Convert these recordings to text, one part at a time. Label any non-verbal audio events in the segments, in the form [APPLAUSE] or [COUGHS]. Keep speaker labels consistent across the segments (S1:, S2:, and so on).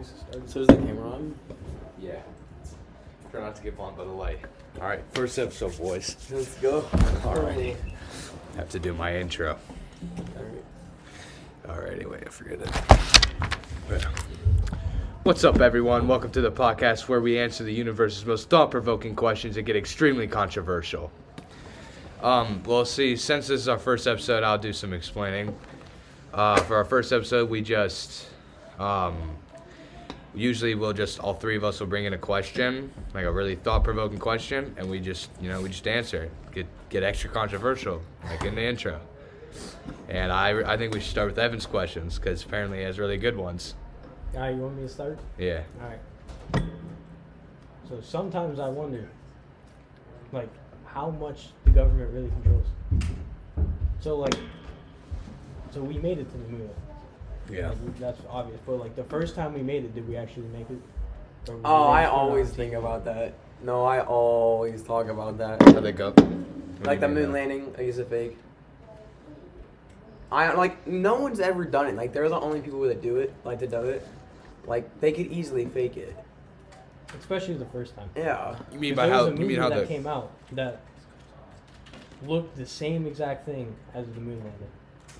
S1: Is the camera on?
S2: Yeah. Try not to get blown by the light. All right, first episode, [LAUGHS] boys.
S1: Let's go.
S2: All right. Have to do my intro. All right, anyway, I forget it. What's up, everyone? Welcome to the podcast where we answer the universe's most thought provoking questions and get extremely controversial. Um, well, see, since this is our first episode, I'll do some explaining. Uh, for our first episode, we just. Um, usually we'll just all three of us will bring in a question like a really thought-provoking question and we just you know we just answer it get get extra controversial like in the intro and i i think we should start with evan's questions because apparently he has really good ones
S3: All right, you want me to start?
S2: yeah
S3: All right. So sometimes I wonder, like, how much the government really controls. So like, so we made it to the moon.
S2: yeah
S3: Like, that's obvious. But like, the first time we made it, did we actually make it? Or were
S1: Oh,
S3: we
S1: I
S3: just put it on
S1: always
S3: TV?
S1: think about that. No, I always talk about that.
S2: how they go
S1: Like the moon landing, I guess a fake. I like no one's ever done it. Like they're the only people that do it, like to do it. Like they could easily fake it.
S3: Especially the first time.
S1: Yeah.
S2: you mean
S3: 'Cause
S2: by
S3: there was
S2: how
S3: a
S2: you mean
S3: movie
S2: how
S3: that
S2: the
S3: came out that looked the same exact thing as the moon landing,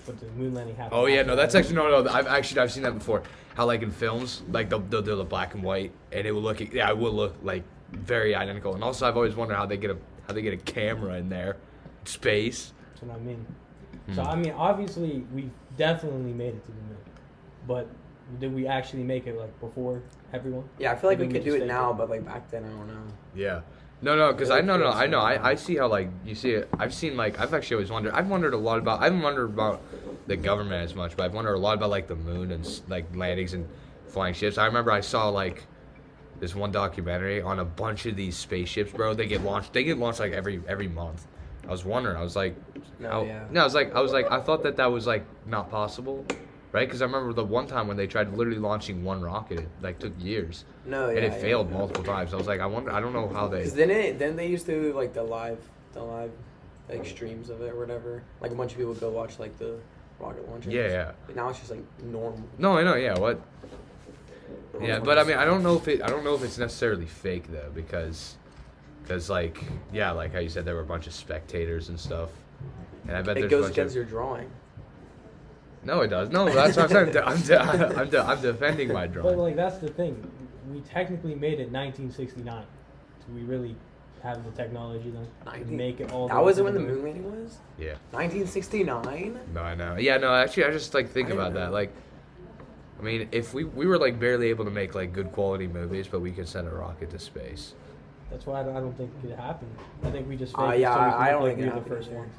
S3: but the moon landing happened.
S2: Oh yeah,
S3: after
S2: no, that's
S3: the-
S2: actually no, no. I've actually I've seen that before. How like in films, like they'll they'll do the black and white, and it will look yeah, it will look like very identical. And also, I've always wondered how they get a how they get a camera in there, space.
S3: That's what I mean. So I mean, obviously, we definitely made it to the moon, but did we actually make it like before everyone?
S1: Yeah, I feel like we
S3: Maybe
S1: could
S3: we
S1: do it
S3: just
S1: now,
S3: fake
S1: but like back then I don't know.
S2: Yeah. No, no, because I no, no, I know, I, I
S1: Sometimes.
S2: see how like you see it. I've seen like I've actually always wondered. I've wondered a lot about. I haven't wondered about the government as much, but I've wondered a lot about like the moon and s- like landings and flying ships. I remember I saw like this one documentary on a bunch of these spaceships, bro. They get launched. They get launched like every every month. I was wondering. I was like,
S1: No,
S2: how-
S1: yeah.
S2: no, I was like, I was like, I thought that that was like not possible, right? Because I remember the one time when they tried literally launching one rocket, it like took years,
S1: No, yeah.
S2: and it
S1: yeah.
S2: failed multiple times. I was like, I wonder. I don't know how they.
S1: Cause then it then they used to do, like the live the live like streams of it or whatever. Like a bunch of people go watch like the rocket launcher.
S2: Yeah, yeah.
S1: But now it's just like normal.
S2: No, I know. Yeah, what? Yeah,
S1: Normal
S2: but I
S1: ones.
S2: mean, I don't know if it. I don't know if it's necessarily fake though, because, because like, yeah, like how you said there were a bunch of spectators and stuff, and I bet
S1: it
S2: there's a
S1: goes
S2: bunch of.
S1: against your drawing.
S2: no, it does. No, that's what I'm saying. I'm, de- I'm, de- [LAUGHS] I'm, de- I'm defending my
S3: But
S2: drawing.
S3: like, that's the thing. We technically made it 1969. Do we really have the technology then to
S1: Nineteen-
S3: make it all? the
S1: That
S3: way
S1: was
S3: to
S1: when the moon landing was.
S2: Yeah.
S1: 1969.
S2: No, I know. Yeah, no. Actually, I just like think
S1: I
S2: about
S1: know.
S2: that. Like, I mean, if we we were like barely able to make like good quality movies, but we could send a rocket to space.
S3: That's why I don't, I don't think it happened. I think we just
S1: Uh,
S3: faked it
S1: yeah,
S3: so we
S1: I-
S3: can
S1: I
S3: look
S1: don't
S3: like
S1: think it
S3: we were the
S1: happened
S3: first
S1: either.
S3: one.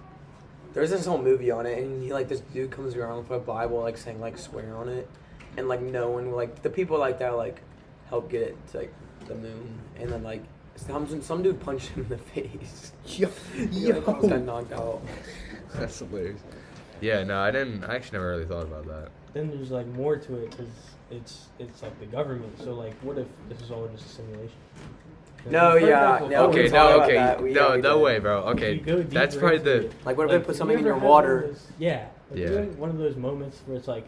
S1: There's this whole movie on it, and he, like this dude comes around with a Bible, like saying like swear on it, and like no one like the people like that like help get it to like the moon, and then like some some dude punched him in the [LAUGHS] face.
S2: Yo,
S1: He, like, almost got knocked out.
S2: [LAUGHS] that's hilarious. Yeah, no, I didn't. I actually never really thought about that.
S3: Then there's like more to it because it's it's like the government. So like, what if this is all just a simulation?
S1: No,
S3: We've heard
S1: yeah,
S3: that before.
S1: no, Oh, we
S2: Okay,
S1: talked about
S2: no, okay,
S1: that. We- yeah,
S2: no,
S1: we
S2: no
S1: did.
S2: way, bro.
S3: If
S2: Okay,
S3: you go
S2: that's
S3: deeper
S2: probably
S3: into
S2: the.
S3: it,
S1: Like, what if they put
S3: you
S1: something in
S3: ever
S1: your
S3: had one of
S1: water?
S3: those- yeah. Like, you
S2: Yeah.
S3: ever- One of those moments where it's like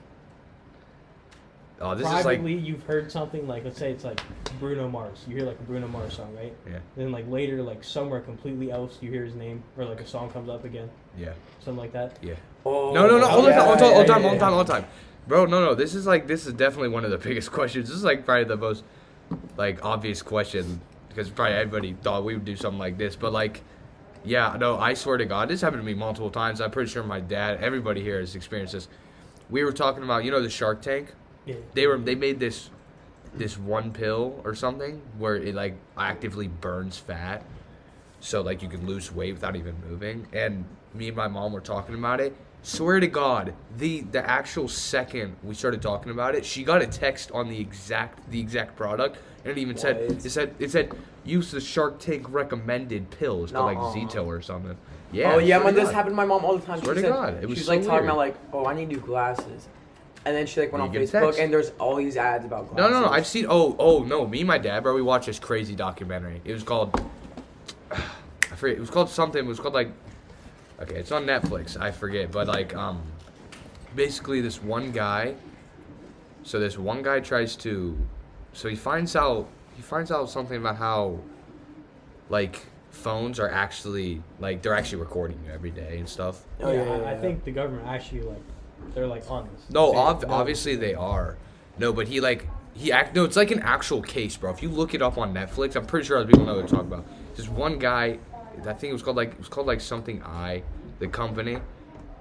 S2: Oh, this is like.
S3: privately you've heard something like let's say it's like Bruno Mars. You hear like a Bruno Mars song, right?
S2: Yeah,
S3: Then like later like somewhere completely else you hear his name or like a song comes up again,
S2: yeah,
S3: something like that.
S2: yeah.
S1: Oh,
S2: No, no, no, all the
S3: yeah,
S2: time, all the time,
S3: yeah,
S2: all the time,
S3: yeah,
S2: all the
S3: yeah.
S2: time, all the time. Bro, no, no, this is like, this is definitely one of the [LAUGHS] biggest questions. This is like probably the most, like, obvious question because probably everybody thought we would do something like this, but like. Yeah, no, I swear to God, this happened to me multiple times. I'm pretty sure my dad, everybody here has experienced this. We were talking about, you know, the Shark Tank.
S1: Oh,
S3: Yeah.
S2: they were they made this this one pill or something where it like actively burns fat so like you can lose weight without even moving and me and my mom were talking about it swear to god the the actual second we started talking about it she got a text on the exact the exact product and it even said
S1: What?
S2: it said it said use the shark tank recommended pills but like
S1: Nuh-uh.
S2: zito or something yeah
S1: Oh yeah,
S2: swear
S1: when
S2: to
S1: this
S2: God.
S1: happened to my mom all the time.
S2: Swear
S1: she
S2: to
S1: said,
S2: God, it was
S1: she was
S2: so
S1: like talking
S2: weird.
S1: about like, oh, I need new glasses, and then she like went
S2: You
S1: on
S2: get a
S1: Facebook
S2: text.
S1: and there's all these ads about
S2: No,
S1: glasses.
S2: no, no. I've seen. Oh, oh no. Me and my dad, bro. We watched this crazy documentary. It was called. [SIGHS] I forget. It was called something. It was called like. Okay, it's on Netflix. I forget, but like, um, basically, this one guy. So this one guy tries to So he finds out he finds out something about how like phones are actually like they're actually recording you every day and stuff.
S1: Oh, yeah, yeah,
S3: I, I
S1: yeah.
S3: think the government actually like they're like on this.
S2: No,
S3: They-
S2: ob-
S3: no.
S2: obviously they are. No, but he like he act. No, it's like an actual case, bro. If you look it up on Netflix, I'm pretty sure other people know what they're talking about. This one guy, I think it was called like it was called like something I, the company,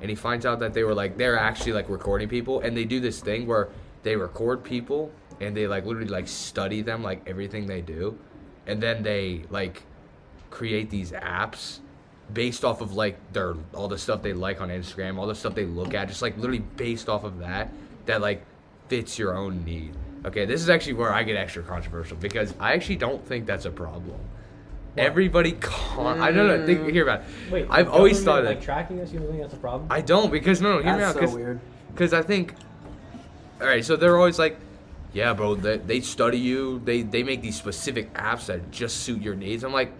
S2: and he finds out that they were like they're actually like recording people, and they do this thing where they record people and they like literally like study them like everything they do, and then they like create these apps based off of like their all the stuff they like on Instagram, all the stuff they look at, just like literally based off of that that like fits your own need. Okay, this is actually where I get extra controversial because I actually don't think that's a problem. Everybody, con- I don't know. Think, hear about. It.
S3: Wait,
S2: I've
S3: the
S2: always
S3: government,
S2: thought
S3: like
S2: that.
S3: tracking us. You don't think that's a problem?
S2: I don't because no, no, hear me
S1: That's
S2: out.
S1: so
S2: 'cause-
S1: weird.
S2: because I think, all right, so they're always like, yeah, bro, they, they study you. They they make these specific apps that just suit your needs. I'm like,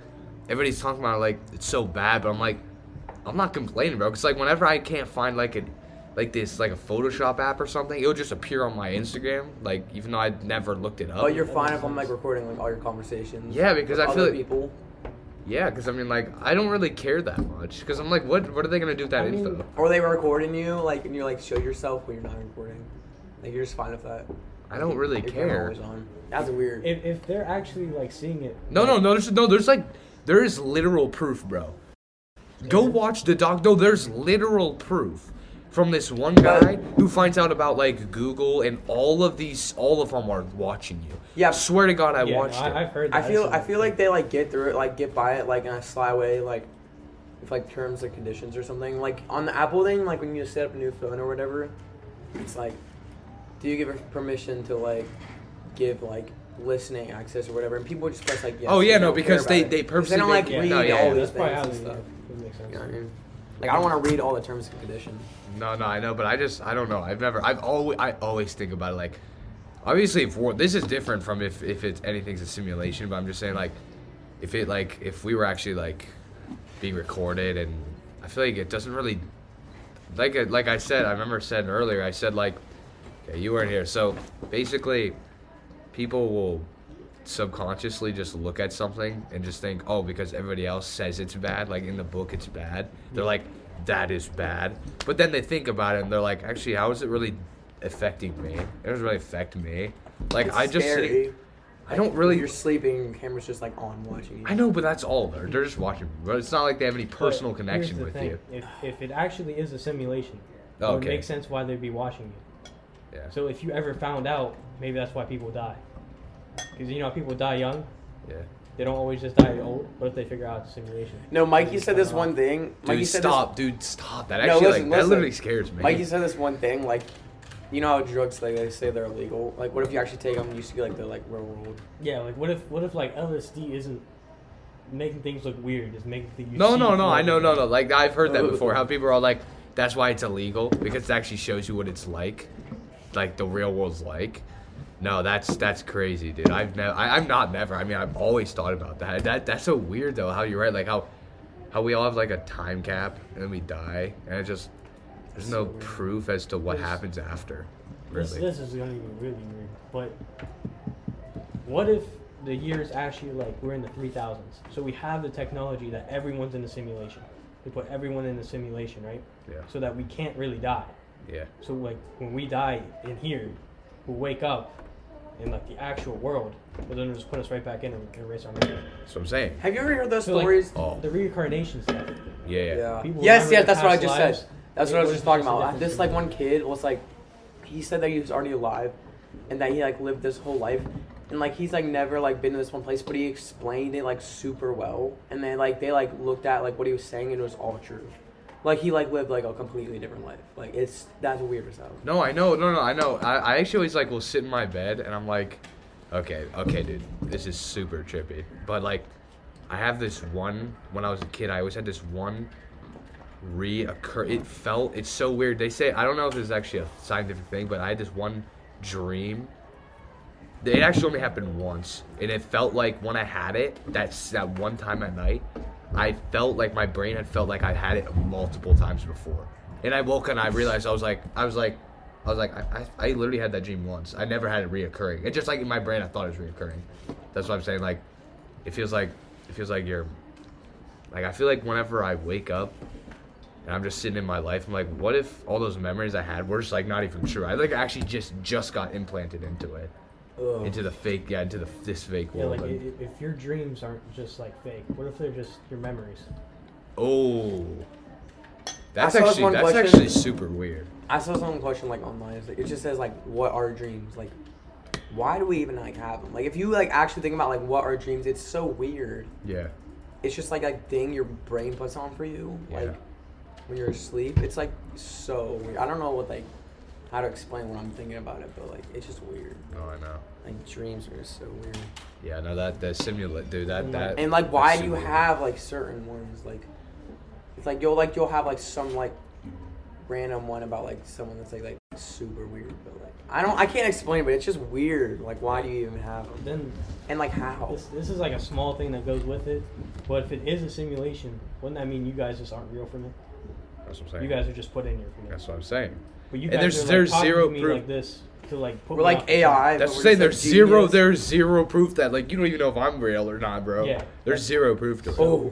S2: everybody's talking about it, like it's so bad, but I'm like, I'm not complaining, bro. Because like whenever I can't find like a like this like a Photoshop app or something, it'll just appear on my Instagram. Like even though I never looked it up.
S1: But Oh, you're fine
S3: makes
S1: if I'm like
S3: sense.
S1: recording like all your conversations.
S2: Yeah, because
S1: with
S2: I feel
S1: other
S2: like-
S1: people.
S2: yeah, because I mean like I don't really care that much because I'm like, what what are they gonna do with that
S3: I mean-
S2: info?
S1: Or they were recording you, like, and you like show yourself when you're not recording. Like you're just fine with that.
S2: I don't really
S1: Your
S2: care.
S1: camera always on. That's weird.
S3: If, if they're actually like seeing it.
S2: No, no, no. There's no. There's like there is literal proof, bro. Go watch the doc. No, there's literal proof from this one guy who finds out about like Google and all of these. All of them are watching you.
S1: Yeah.
S2: Swear to God, I
S3: yeah,
S2: watched
S3: no, I,
S2: it.
S3: I've heard.
S1: I
S3: That.
S1: feel
S3: seen
S1: I
S3: that.
S1: feel like they like get through it, like get by it, like in a sly way, like with like terms and conditions or something. Like on the Apple thing, like when you set up a new phone or whatever, it's like, do you give her permission to like give like listening access or whatever? And people just press like yes.
S2: Oh, yeah,
S1: they
S2: no,
S1: don't care
S2: because they-
S1: about it.
S2: they
S1: 'Cause
S2: purposely
S1: they don't
S2: make-
S1: like
S3: Yeah,
S1: read
S2: no, yeah,
S1: all
S2: yeah.
S1: these
S3: that's probably
S1: things
S3: how
S1: and
S3: they.
S1: stuff.
S3: It makes sense.
S1: You know what I mean? Like I don't want to read all the terms and conditions.
S2: No, no, I know, but I just I don't know. I've never. I've always I always think about it like. Obviously, if war, this is different from if if it's anything's a simulation. But I'm just saying like, if it like if we were actually like being recorded and I feel like it doesn't really like I- like I said, I remember said earlier, I said like, okay, you weren't here. So basically, people will subconsciously just look at something and just think, oh, because everybody else says it's bad, like in the book it's bad. They're like, that is bad. But then they think about it and they're like, actually, how is it really affecting me? It doesn't really affect me. Like
S1: It's
S2: I just,
S1: scary.
S2: I don't
S1: When
S2: really.
S1: You're sleeping. Your camera's just like on watching you.
S2: I know, but that's all they're. They're just watching. But it's not like they have any
S3: But
S2: personal
S3: here's
S2: connection
S3: the
S2: with
S3: thing.
S2: you.
S3: If, if it actually is
S2: [SIGHS]
S3: a simulation, it would
S2: Okay.
S3: make sense why they'd be watching you.
S2: Yeah.
S3: So if you ever found out, maybe that's why people die. Because you know people die young.
S2: Yeah.
S3: They don't always just die old. What if they figure out it's a simulation?
S1: No, Mikey said this one thing.
S2: Dude,
S1: Mikey said this-
S2: stop, dude, stop. That
S1: No,
S2: actually,
S1: listen,
S2: like, that
S1: listen.
S2: literally scares me.
S1: Mikey said this one thing, like, you know how drugs, like, they say they're illegal. Like, what if you actually take them? You used to be like the like real world.
S3: Yeah, like what if what if like LSD isn't making things look weird? It's making things. you
S2: no,
S3: see
S2: no, no.
S3: more
S2: I know, no, no. Like I've heard
S3: Oh.
S2: that
S1: Uh,
S2: before. How people are all like, that's why it's illegal because it actually shows you what it's like, like the real world's like. No, that's that's crazy, dude. I've never, I'm not never. I mean, I've always thought about that. That that's so weird though. How you're right, like how, how we all have like a time cap and then we die, and it just there's no proof as to what
S3: There's-
S2: happens after.
S3: This,
S2: Really,
S3: this is gonna be really weird. But what if the year is actually like we're in the three thousands? So we have the technology that everyone's in the simulation. We put everyone in the simulation, right?
S2: Yeah.
S3: So that we can't really die.
S2: yeah.
S3: So like when we die in here, we'll wake up in like the actual world, but then they'll just put us right back in and erase our memory.
S2: That's what I'm saying.
S1: Have you ever heard those
S3: So, like-
S1: stories?
S2: Oh,
S3: The reincarnation stuff.
S2: yeah, yeah.
S1: yeah.
S3: People remember
S1: Yes, yes,
S3: their
S1: that's what I
S3: past
S1: just
S3: lives.
S1: said. That's what I was just
S3: It
S1: talking
S3: was just a
S1: about. This,
S3: different
S1: like, one kid was like, he said that he was already alive and that he, like, lived this whole life. And, like, he's, like, never, like, been to this one place, but he explained it, like, super well. And then, like, they, like, looked at, like, what he was saying and it was all true. Like, he, like, lived, like, a completely different life. Like, it's, that's weird as hell.
S2: No, I know, no, no, I know. I, I actually always like will sit in my bed and I'm like, okay, okay, dude, this is super trippy. But like, I have this one. When I was a kid, I always had this one reoccur. It felt it's so weird. They say I don't know if this is actually a scientific thing, but I had this one dream. It actually only happened once, and it felt like when I had it, that's that one time at night, I felt like my brain had felt like I had it multiple times before, and I woke up and I realized I was like, I was like, I was like, I, I, I literally had that dream once. I never had it reoccurring. It just like in my brain, I thought it was reoccurring. That's what I'm saying. Like, it feels like, it feels like you're, like I feel like whenever I wake up, and I'm just sitting in my life, I'm like, what if all those memories I had were just like not even true? I like actually just just got implanted into it,
S1: Ugh.
S2: into the fake, yeah, into the this fake
S3: Yeah,
S2: world.
S3: like i-
S2: and-
S3: i- if your dreams aren't just like fake, what if they're just your memories?
S2: Oh. That's
S1: I saw this
S2: actually
S1: one
S2: that's
S1: question-
S2: actually super weird.
S1: I saw some question like online. It's like, it just says like, "What are dreams? Like, why do we even like have them? Like, if you like actually think about like what are dreams, it's so weird.
S2: Yeah.
S1: It's just like like thing your brain puts on for you, like when you're asleep. It's like so weird. I don't know what like how to explain what I'm thinking about it, but like it's just weird.
S2: Oh, I know.
S1: Like dreams are so weird.
S2: Yeah, no, that that simulate, dude. That that.
S1: And like, why
S2: that's
S1: do you
S2: super weird.
S1: have like certain ones? Like, it's like you'll like you'll have like some like random one about like someone that's like like super weird, but like I don't I can't explain, it, but it's just weird. Like, why do you even have them?
S3: Then
S1: And like how?
S3: this this is like a small thing that goes with it, but if it is a simulation, wouldn't that mean you guys just aren't real from it?
S2: That's what I'm saying.
S3: You guys are just put in here from it.
S2: That's what I'm saying.
S3: But you
S2: And
S3: guys
S2: there's-
S3: are, like,
S2: there's
S3: talking
S2: zero
S3: to me
S2: proof.
S3: like this to like put
S1: We're
S3: me
S1: like
S3: off the
S1: AI.
S2: That's what I'm
S1: but we're
S2: saying. There's
S1: just, like,
S2: zero.
S1: genius.
S2: There's zero proof that like you don't even know if I'm real or not, bro.
S3: Yeah.
S2: There's zero proof to it.
S1: Oh,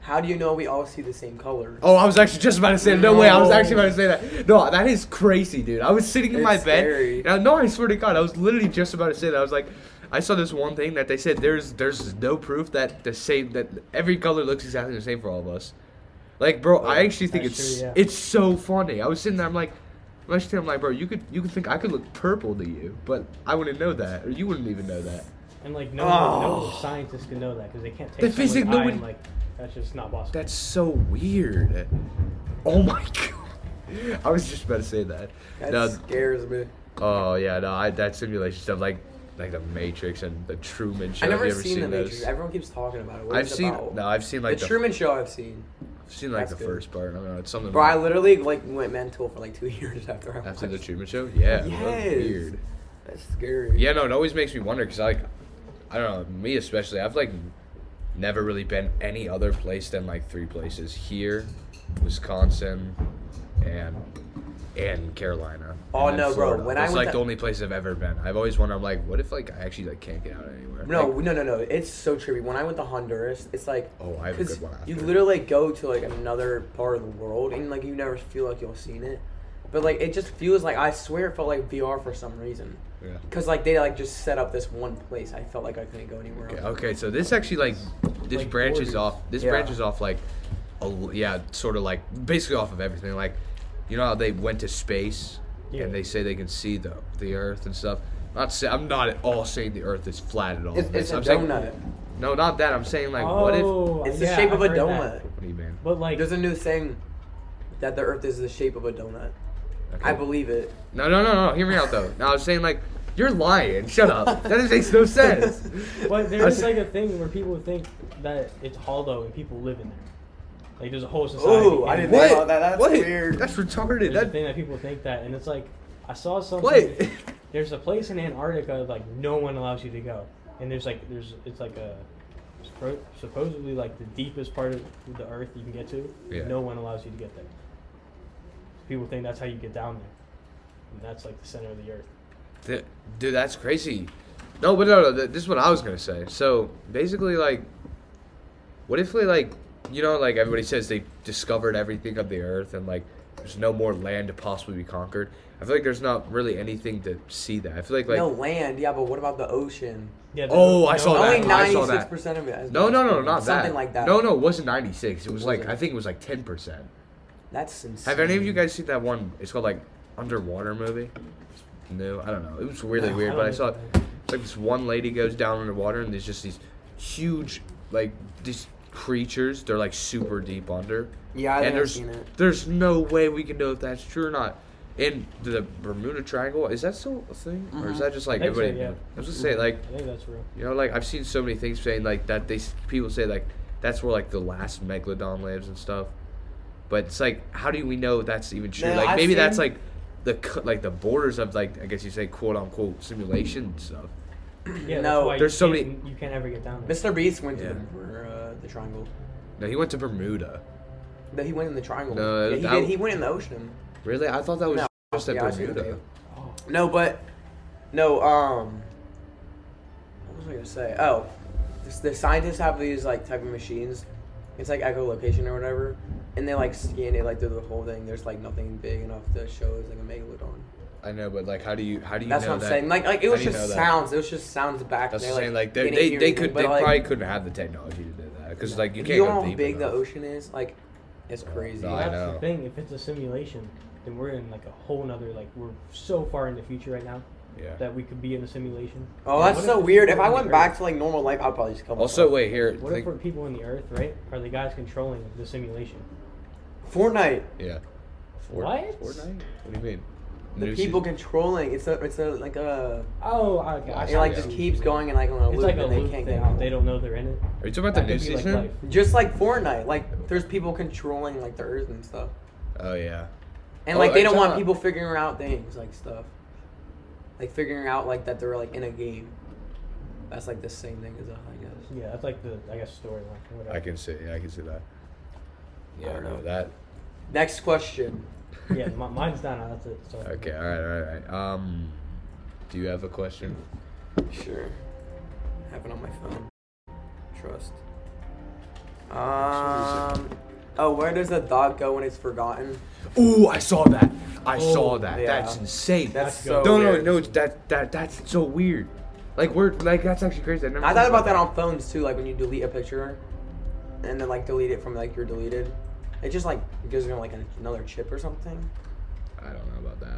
S1: how do you know we all see the same color?
S2: Oh, I was actually just about to say that. No, way, I was
S1: No.
S2: actually about to say that. No, that is crazy, dude. I was sitting in my
S1: It's
S2: bed.
S1: scary.
S2: and I- no, I swear to God, I was literally just about to say that. I was like, I saw this one thing that they said there's there's no proof that the same that every color looks exactly the same for all of us. Like, bro, I actually think
S3: that's
S2: it's
S3: true, yeah.
S2: it's so funny. I was sitting there, I'm like, I'm actually I'm like, bro, you could you could think I could look purple to you, but I wouldn't know that, or you wouldn't even know that.
S3: And like no,
S1: Oh.
S3: no scientist can know that because they can't take
S2: The
S3: the
S2: physic-
S3: physics.
S2: no
S3: Eye
S2: one-
S3: and, like that's just not possible.
S2: That's so weird. Oh my [LAUGHS] god. I was just about to say that.
S1: That
S2: No,
S1: scares me.
S2: Oh yeah, no, I, that simulation stuff like like the Matrix and the Truman Show.
S1: I never
S2: Have you ever
S1: seen, the
S2: those?
S1: Matrix. Everyone keeps talking about it. What
S2: I've
S1: is it
S2: seen
S1: about?
S2: no, I've seen like
S1: the
S2: the,
S1: Truman Show. I've seen.
S2: I've seen like the
S1: that's good.
S2: first part. I don't know, it's something.
S1: Bro, I
S2: about-
S1: literally like went mental for like two [LAUGHS] years after I watched
S2: Mm. after the Truman Show. Yeah, bro,
S1: Yes.
S2: weird.
S1: That's scary.
S2: Yeah, no, it always makes me wonder because like I don't know, me especially. I've like never really been any other place than like three places here, Wisconsin, and and Carolina.
S1: Oh,
S2: and then
S1: no, bro,
S2: Florida.
S1: when I
S2: That's
S1: went
S2: like
S1: to-
S2: the only place I've ever been. I've always wondered. I'm like, what if like I actually like can't get out anywhere?
S1: No,
S2: Like,
S1: no, no, no. It's so trippy. When I went to Honduras, it's like
S2: Oh, I have a
S1: 'cause
S2: good one after.
S1: you literally like, go to like another part of the world and like you never feel like you've seen it, but like it just feels like I swear it felt like VR for some reason.
S2: Yeah.
S1: Cause like they like just set up this one place. I felt like I couldn't go anywhere
S2: Okay,
S1: else.
S2: okay, so this actually like this
S3: Like
S2: branches
S3: borders.
S2: off. This
S1: Yeah.
S2: branches off like, a, l- yeah, sort of like basically off of everything. Like, you know how they went to space
S3: Yeah.
S2: and they say they can see the the Earth and stuff. Not say, I'm not at all saying the Earth is flat at all.
S1: It's,
S2: That's-
S1: it's a
S2: I'm saying-
S1: donut.
S2: no, not that. I'm saying like, what if? What
S3: oh,
S1: it's the
S3: yeah,
S1: shape of
S3: I
S1: a
S3: heard that.
S1: donut.
S2: do you mean?
S3: But like,
S1: There's a new thing that the Earth is the shape of a donut.
S2: Okay.
S1: I believe it.
S2: No, no, no, no. Hear me out though. No, I was saying like, you're lying. Shut up. That makes no
S1: [LAUGHS]
S2: sense.
S3: but
S2: I
S3: there's
S2: see-
S3: like a thing where people think that it's hollow and people live in there. Like there's a whole society.
S1: Ooh, I
S3: and
S1: didn't
S2: What?
S1: think about that. That's
S2: what?
S1: weird.
S2: That's retarded.
S3: There's a
S2: That
S3: thing that people think that, and it's like I saw something.
S2: Wait. [LAUGHS]
S3: There's a place in Antarctica like no one allows you to go, and there's like there's it's like a suppo- supposedly like the deepest part of the earth you can get to.
S2: Yeah.
S3: No one allows you to get there. People think that's how you get down there, and that's like the center of the earth.
S2: Th- Dude, that's crazy. No, but no, no. th- This is what I was gonna say. So basically, like, what if they like, you know, like everybody says they discovered everything of the Earth and like there's no more land to possibly be conquered. I feel like there's not really anything to see that. I feel like like
S1: no
S2: no,
S1: land, yeah, but what about the ocean?
S3: Yeah.
S2: Oh, I saw
S1: Only
S2: that. I
S1: ninety
S2: saw
S1: six
S2: that.
S1: percent of it. has
S2: no,
S1: been
S2: no, no,
S1: explored.
S2: not that.
S1: Something like that.
S2: No, no, it wasn't 96. It was like
S1: Wasn't
S2: I
S1: it?
S2: think it was like 10 percent.
S1: That's insane.
S2: Have any of you guys seen that one? It's called like Underwater movie. No, I don't know. It was really
S1: No,
S2: weird,
S3: I
S2: but I
S3: don't
S2: saw it.
S3: know.
S2: It's like this one lady goes down underwater, and there's just these huge, like these creatures. They're like super deep under.
S1: Yeah,
S2: and
S1: I think I've
S2: there's
S1: seen it.
S2: there's no way we can know if that's true or not. And the Bermuda Triangle is that still a thing, or is
S1: Mhm.
S2: that just like
S3: I think so,
S2: everybody?
S3: yeah.
S2: I was just saying like
S3: I think that's real.
S2: you know, like I've seen so many things saying like that they s- people say like that's where like the last megalodon lives and stuff. But it's like, how do we know that's even true?
S1: No,
S2: like
S1: I've
S2: maybe that's
S1: seen-
S2: like the cu- like the borders of like I guess you say quote unquote simulation and stuff.
S3: Yeah, that's
S1: No.
S3: why you
S2: There's so
S3: can't- You can't ever get down there.
S1: Mr. Beast went
S2: Yeah.
S1: to the, uh, the triangle.
S2: No, he went to Bermuda.
S1: That he went in the triangle.
S2: No,
S1: yeah, he
S2: that-
S1: did. He went in the ocean.
S2: Really, I thought that was
S1: No.
S2: Just at
S1: Yeah, I see what
S2: Bermuda.
S3: Oh,
S1: No, but no. Um, what was I gonna say? Oh, this, the scientists have these like type of machines. It's like echolocation or whatever, and they like scan it like through the whole thing. There's like nothing big enough to show as like a megalodon.
S2: I know, but like, how do you how do you
S1: That's
S2: know
S1: what I'm
S2: that?
S1: saying. Like like it
S2: how
S1: was
S2: do you
S1: just
S2: know that?
S1: sounds. It was just sounds back.
S2: That's
S1: there,
S2: what I'm saying. Like, they
S1: didn't
S2: they,
S1: hear
S2: they
S1: anything,
S2: could
S1: but,
S2: they
S1: like,
S2: probably couldn't have the technology to do that because like you
S1: if
S2: can't
S1: you
S2: go
S1: know how
S2: deep
S1: big
S2: enough.
S1: the ocean is. Like, it's crazy.
S2: No, I
S3: that's
S2: know.
S3: the thing. If it's a simulation, then we're in like a whole nother like we're so far in the future right now
S2: Yeah.
S3: that we could be in a simulation.
S1: Oh,
S3: Like,
S1: that's
S3: what
S1: so
S3: if
S1: weird.
S3: people
S1: If I
S3: on the
S1: went
S3: Earth-
S1: back to like normal life, I'd probably just come.
S2: Also,
S1: up.
S2: wait here.
S3: What if
S2: Think,
S3: we're people on the Earth, right? Are the guys controlling the simulation?
S1: Fortnite.
S2: yeah. Fort-
S3: What?
S2: Fortnite? What do you mean?
S1: The
S2: New
S1: people
S2: season-
S1: controlling. It's a, it's a, like a.
S3: Oh, okay. I
S1: It
S3: see
S1: like
S3: what
S1: just
S3: you
S1: keeps
S3: mean.
S1: going and like on a
S3: It's
S1: loop
S3: like a
S1: and they
S3: loop
S1: can't
S3: thing.
S1: get out.
S3: They don't know they're in it.
S2: Are you talking about the
S3: That
S2: new
S3: could be, like,
S2: season?
S3: life.
S1: Just like Fortnite, like there's people controlling like the earth and stuff,
S2: oh yeah.
S1: and
S2: Oh,
S1: like they
S2: it's
S1: don't want
S2: on.
S1: people figuring out things like stuff, like figuring out like that they're like in a game. That's like the same thing as a I guess.
S3: Yeah, that's like the I guess storyline. or whatever.
S2: I can see. Yeah, I can see that. Yeah,
S1: I don't
S2: no,
S1: know.
S2: that.
S1: Next question.
S3: Yeah, mi- mine's down. now, That's it. So.
S2: Okay. All right. All right. All right. Um, do you have a question?
S1: Sure. Have it on my phone. Trust. Um. Oh, where does the dog go when it's forgotten?
S2: Ooh, I saw that. I saw
S3: Oh,
S2: that.
S1: yeah.
S2: That's insane.
S1: That's
S3: Let's
S1: so.
S3: go.
S2: no, no,
S1: weird.
S2: no. it's- That that that's so weird. Like we're like that's actually crazy. I, never
S1: I thought about that on phones too, like when you delete a picture and then like delete it from like your deleted. It just like gives them like another chip or something.
S2: I don't know about that.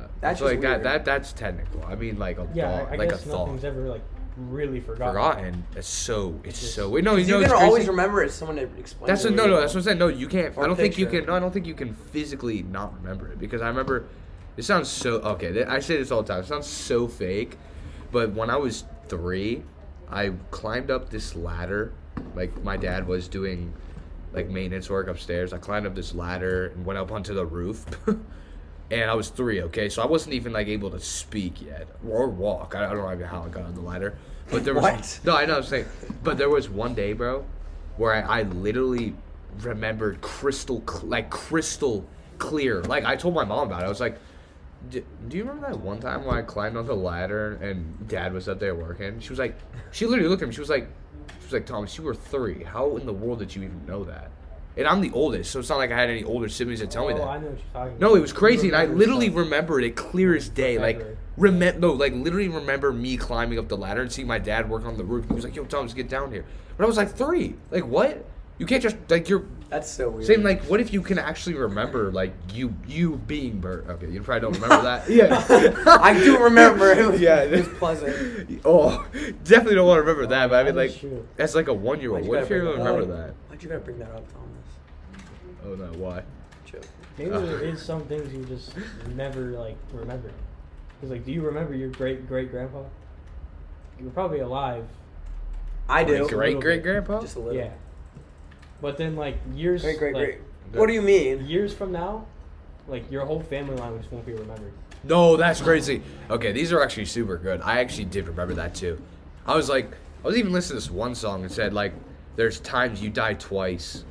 S2: That's
S1: That's
S2: like
S1: just
S2: that
S1: weird.
S2: that that's technical. I mean, like a
S3: Yeah,
S2: thought,
S3: I, I
S2: like a
S3: guess
S2: thought.
S3: nothing's ever like really forgotten.
S2: Forgotten. It's so it's
S3: It's
S2: so
S3: just-
S2: weird. No, you
S1: You're
S2: know it's
S1: gonna
S2: crazy.
S1: always remember it. Someone to explain.
S2: That's
S1: it
S2: what,
S1: to
S2: no,
S1: you.
S2: no. That's what I'm saying. No, you can't.
S1: Or
S2: I don't think you
S1: picture.
S2: can. No, I don't think you can physically not remember it because I remember. It sounds so okay. th- I say this all the time. It sounds so fake, but when I was three, I climbed up this ladder. Like my dad was doing, like maintenance work upstairs. I climbed up this ladder and went up onto the roof. [LAUGHS] And I was three, okay, so I wasn't even like able to speak yet or walk. I, I don't know how I got on the ladder, but there was
S1: What?
S2: no, I know what I'm saying, but there was one day, bro, where I, I literally remembered crystal, cl- like crystal clear. Like I told my mom about it. I was like, D- "Do you remember that one time when I climbed on the ladder and Dad was up there working?" She was like, she literally looked at me. She was like, she was like, "Thomas, you were three. How in the world did you even know that?" And I'm the oldest, so it's not like I had any older siblings to tell me
S3: oh,
S2: that.
S3: I know what you're talking
S2: No,
S3: about.
S2: it was crazy, and I
S3: Remember
S2: literally
S3: stuff.
S2: remembered it clear as day. Like,
S3: Forever.
S2: remember, no, like literally remember me climbing up the ladder and seeing my dad work on the roof. He was like, "Yo, Thomas, get down here." But I was like three. Like, what? You can't just like you're
S1: That's so weird.
S2: saying like, what if you can actually remember like you you being Bert? Okay, you probably don't remember
S1: [LAUGHS]
S2: that. yeah,
S1: I do remember. It
S2: [LAUGHS]
S1: was,
S2: Yeah,
S1: yeah, it was pleasant.
S2: [LAUGHS] Oh, definitely don't want to remember that. But I mean,
S3: That is
S2: like,
S3: true.
S2: that's like a one year old.
S1: Oh, Why'd you
S2: What if you
S1: gotta
S2: don't
S1: bring
S2: remember
S1: that
S2: that?
S1: up? Why'd you gotta bring that up, Thomas?
S2: Oh no, why?
S1: Joke.
S3: Maybe there is some things you just never like remember. Cause like, do you remember your great great grandpa? You were probably alive.
S1: I do.
S2: Great great grandpa.
S1: Just a little.
S3: Yeah. But then like years.
S1: Great, great,
S3: like,
S1: great. What do you mean?
S3: Years from now, like your whole family line just won't be remembered.
S2: No, that's crazy. Okay, these are actually super good. I actually did remember that too. I was like, I was even listening to this one song and said like, there's times you die twice.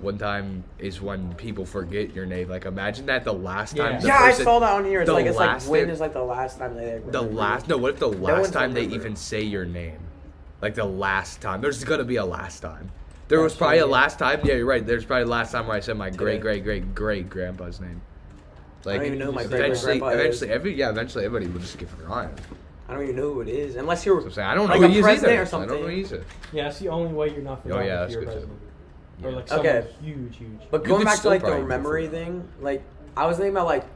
S2: One time is when people forget your name. Like, imagine that the last time.
S3: Yeah.
S2: the
S1: yeah, I
S2: person-
S1: saw that on here. It's
S2: the
S1: like it's like
S2: last
S1: when
S2: day-
S1: is like the last time they.
S2: The last. No, what if the last
S1: one's
S2: time they
S1: remembered.
S2: even say your name? Like the last time. There's gonna be a last time. There was
S3: That's
S2: probably a
S3: right.
S2: last time. Yeah, you're right. There's probably a last time where I said my great,
S1: Today.
S2: great, great, great grandpa's name. Like,
S1: even know who my
S2: eventually,
S1: great-great-grandpa is.
S2: eventually, every yeah, eventually everybody will just get forgotten.
S1: I don't even know who it is, unless you're.
S2: I'm saying I don't know
S1: like
S2: who
S1: a
S2: he is
S1: president
S2: either.
S1: or
S2: I don't know who he is. either.
S3: Yeah, that's the only way you're not forgotten.
S2: Oh, yeah,
S3: if
S2: that's
S3: you're a
S2: good too.
S3: president. Or like someone
S1: Okay.
S3: huge, huge.
S1: But
S2: You
S1: going
S2: could
S1: back to
S2: still
S1: like the
S2: probably go
S1: memory
S2: for it.
S1: thing, like I was thinking about like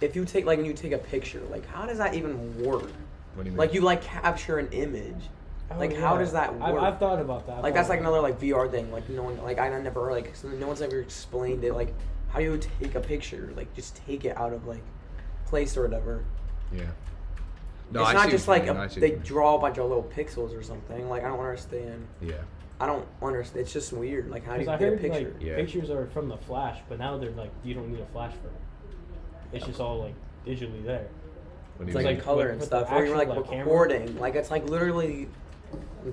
S1: if you take like when you take a picture, like how does that even work?
S2: What do you mean?
S1: Like you like capture an image,
S3: Oh,
S1: like how
S3: yeah.
S1: does that
S3: I've,
S1: work?
S3: I've thought about that. I've
S1: like
S3: thought
S1: that's like
S3: about
S1: another like VR thing. Like no one like I never like 'cause no one's ever explained it. Like how do you take a picture? Like just take it out of like place or whatever.
S2: yeah. No,
S1: it's
S2: I
S1: not
S2: see
S1: just
S2: what
S1: like
S2: you mean, I
S1: a,
S2: see
S1: they
S2: what you
S1: draw a bunch of little pixels or something. Like I don't understand.
S2: mean. Yeah.
S1: I don't understand. It's just weird. Like how do
S3: Because
S1: you
S3: I
S1: get a
S3: heard
S1: picture?
S3: like
S2: Yeah.
S3: pictures are from the flash, but now they're like you don't need a flash for it. It's just all like digitally there.
S2: What do
S1: It's
S2: you
S1: like,
S2: mean?
S3: like
S1: color
S3: with-
S1: and
S3: with
S1: stuff,
S3: the
S1: or you're like
S3: actual, like, camera.
S1: recording. Like it's like literally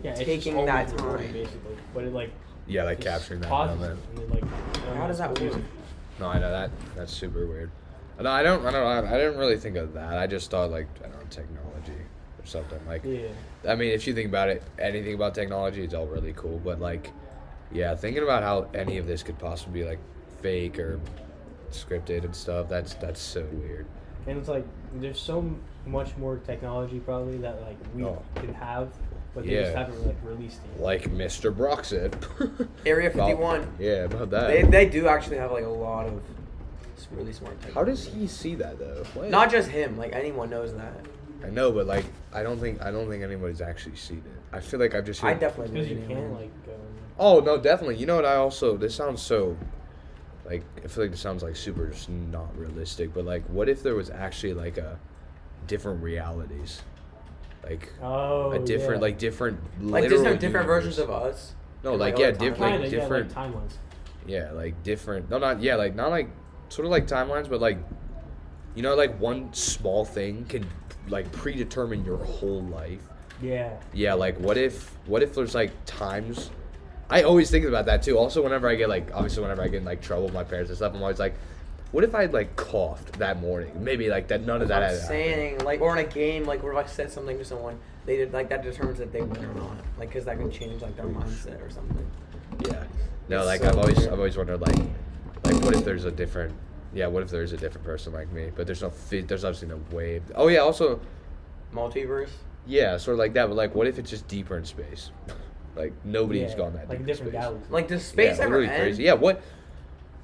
S3: Yeah, it's just
S1: taking
S3: always
S1: that
S3: recording,
S1: time.
S3: basically. But it like
S2: yeah, like
S3: just
S2: capturing that
S3: pauses
S2: moment.
S3: it, and then, like
S1: How does that work?
S2: No, I know that. That's super weird. No, I don't. I don't. I I didn't really think of that. I just thought like I don't know technology or something like.
S3: Yeah.
S2: I mean, if you think about it, anything about technology, it's all really cool. But like, yeah, thinking about how any of this could possibly be like fake or scripted and stuff. That's that's so weird.
S3: And it's like there's so m- much more technology probably that like we
S2: Oh.
S3: can have, but they just
S2: Yeah.
S3: haven't like released it.
S2: Like Mr. Brock [LAUGHS] said.
S1: Area
S2: About-
S1: 51.
S2: yeah, about that.
S1: They, they do actually have like a lot of s- really smart.
S2: how
S1: technology.
S2: does he see that though? What?
S1: Not just him. Like anyone knows that.
S2: I know, but like, I don't think I don't think anybody's actually seen it. I feel like I've just.
S1: I
S2: seen-
S1: definitely
S3: Because you
S1: believe in
S3: can
S1: him.
S3: like. Um,
S2: Oh no, definitely. You know what? I also this sounds so, like I feel like this sounds like super just not realistic. But like, what if there was actually like a different realities, like
S3: oh.
S2: a different
S3: yeah.
S2: like different
S1: like there's no
S2: literal
S1: different
S2: universe.
S1: versions of us.
S2: No,
S1: in
S2: like
S1: real
S2: yeah,
S1: time.
S2: different,
S3: Kinda,
S2: like,
S3: yeah,
S2: different,
S3: like timelines.
S2: yeah, like different. No, not yeah, like not like sort of like timelines, but like you know, like one small thing can like predetermine your whole life.
S3: Yeah.
S2: Yeah, like what if what if there's like times I always think about that too. Also whenever I get like obviously whenever I get in like trouble with my parents and stuff, I'm always like, what if I had like coughed that morning? Maybe like that none of that
S1: I'm
S2: had happened.
S1: saying like, or in a game, like where if I said something to someone, they did like that determines that they win or not, like because that can change like their mindset or something.
S2: Yeah. No, like
S1: It's so
S2: I've always
S1: weird.
S2: I've always wondered like like what if there's a different yeah, what if there's a different person like me? But there's no fit there's obviously no way Oh yeah, also
S1: Multiverse.
S2: yeah, sort of like that, but like what if it's just deeper in space? [LAUGHS] like nobody's
S3: yeah.
S2: gone that deep
S3: Like
S2: in
S3: different
S2: space.
S3: galaxies.
S1: Like does space
S2: yeah,
S1: ever
S2: literally
S1: end?
S2: crazy. Yeah, what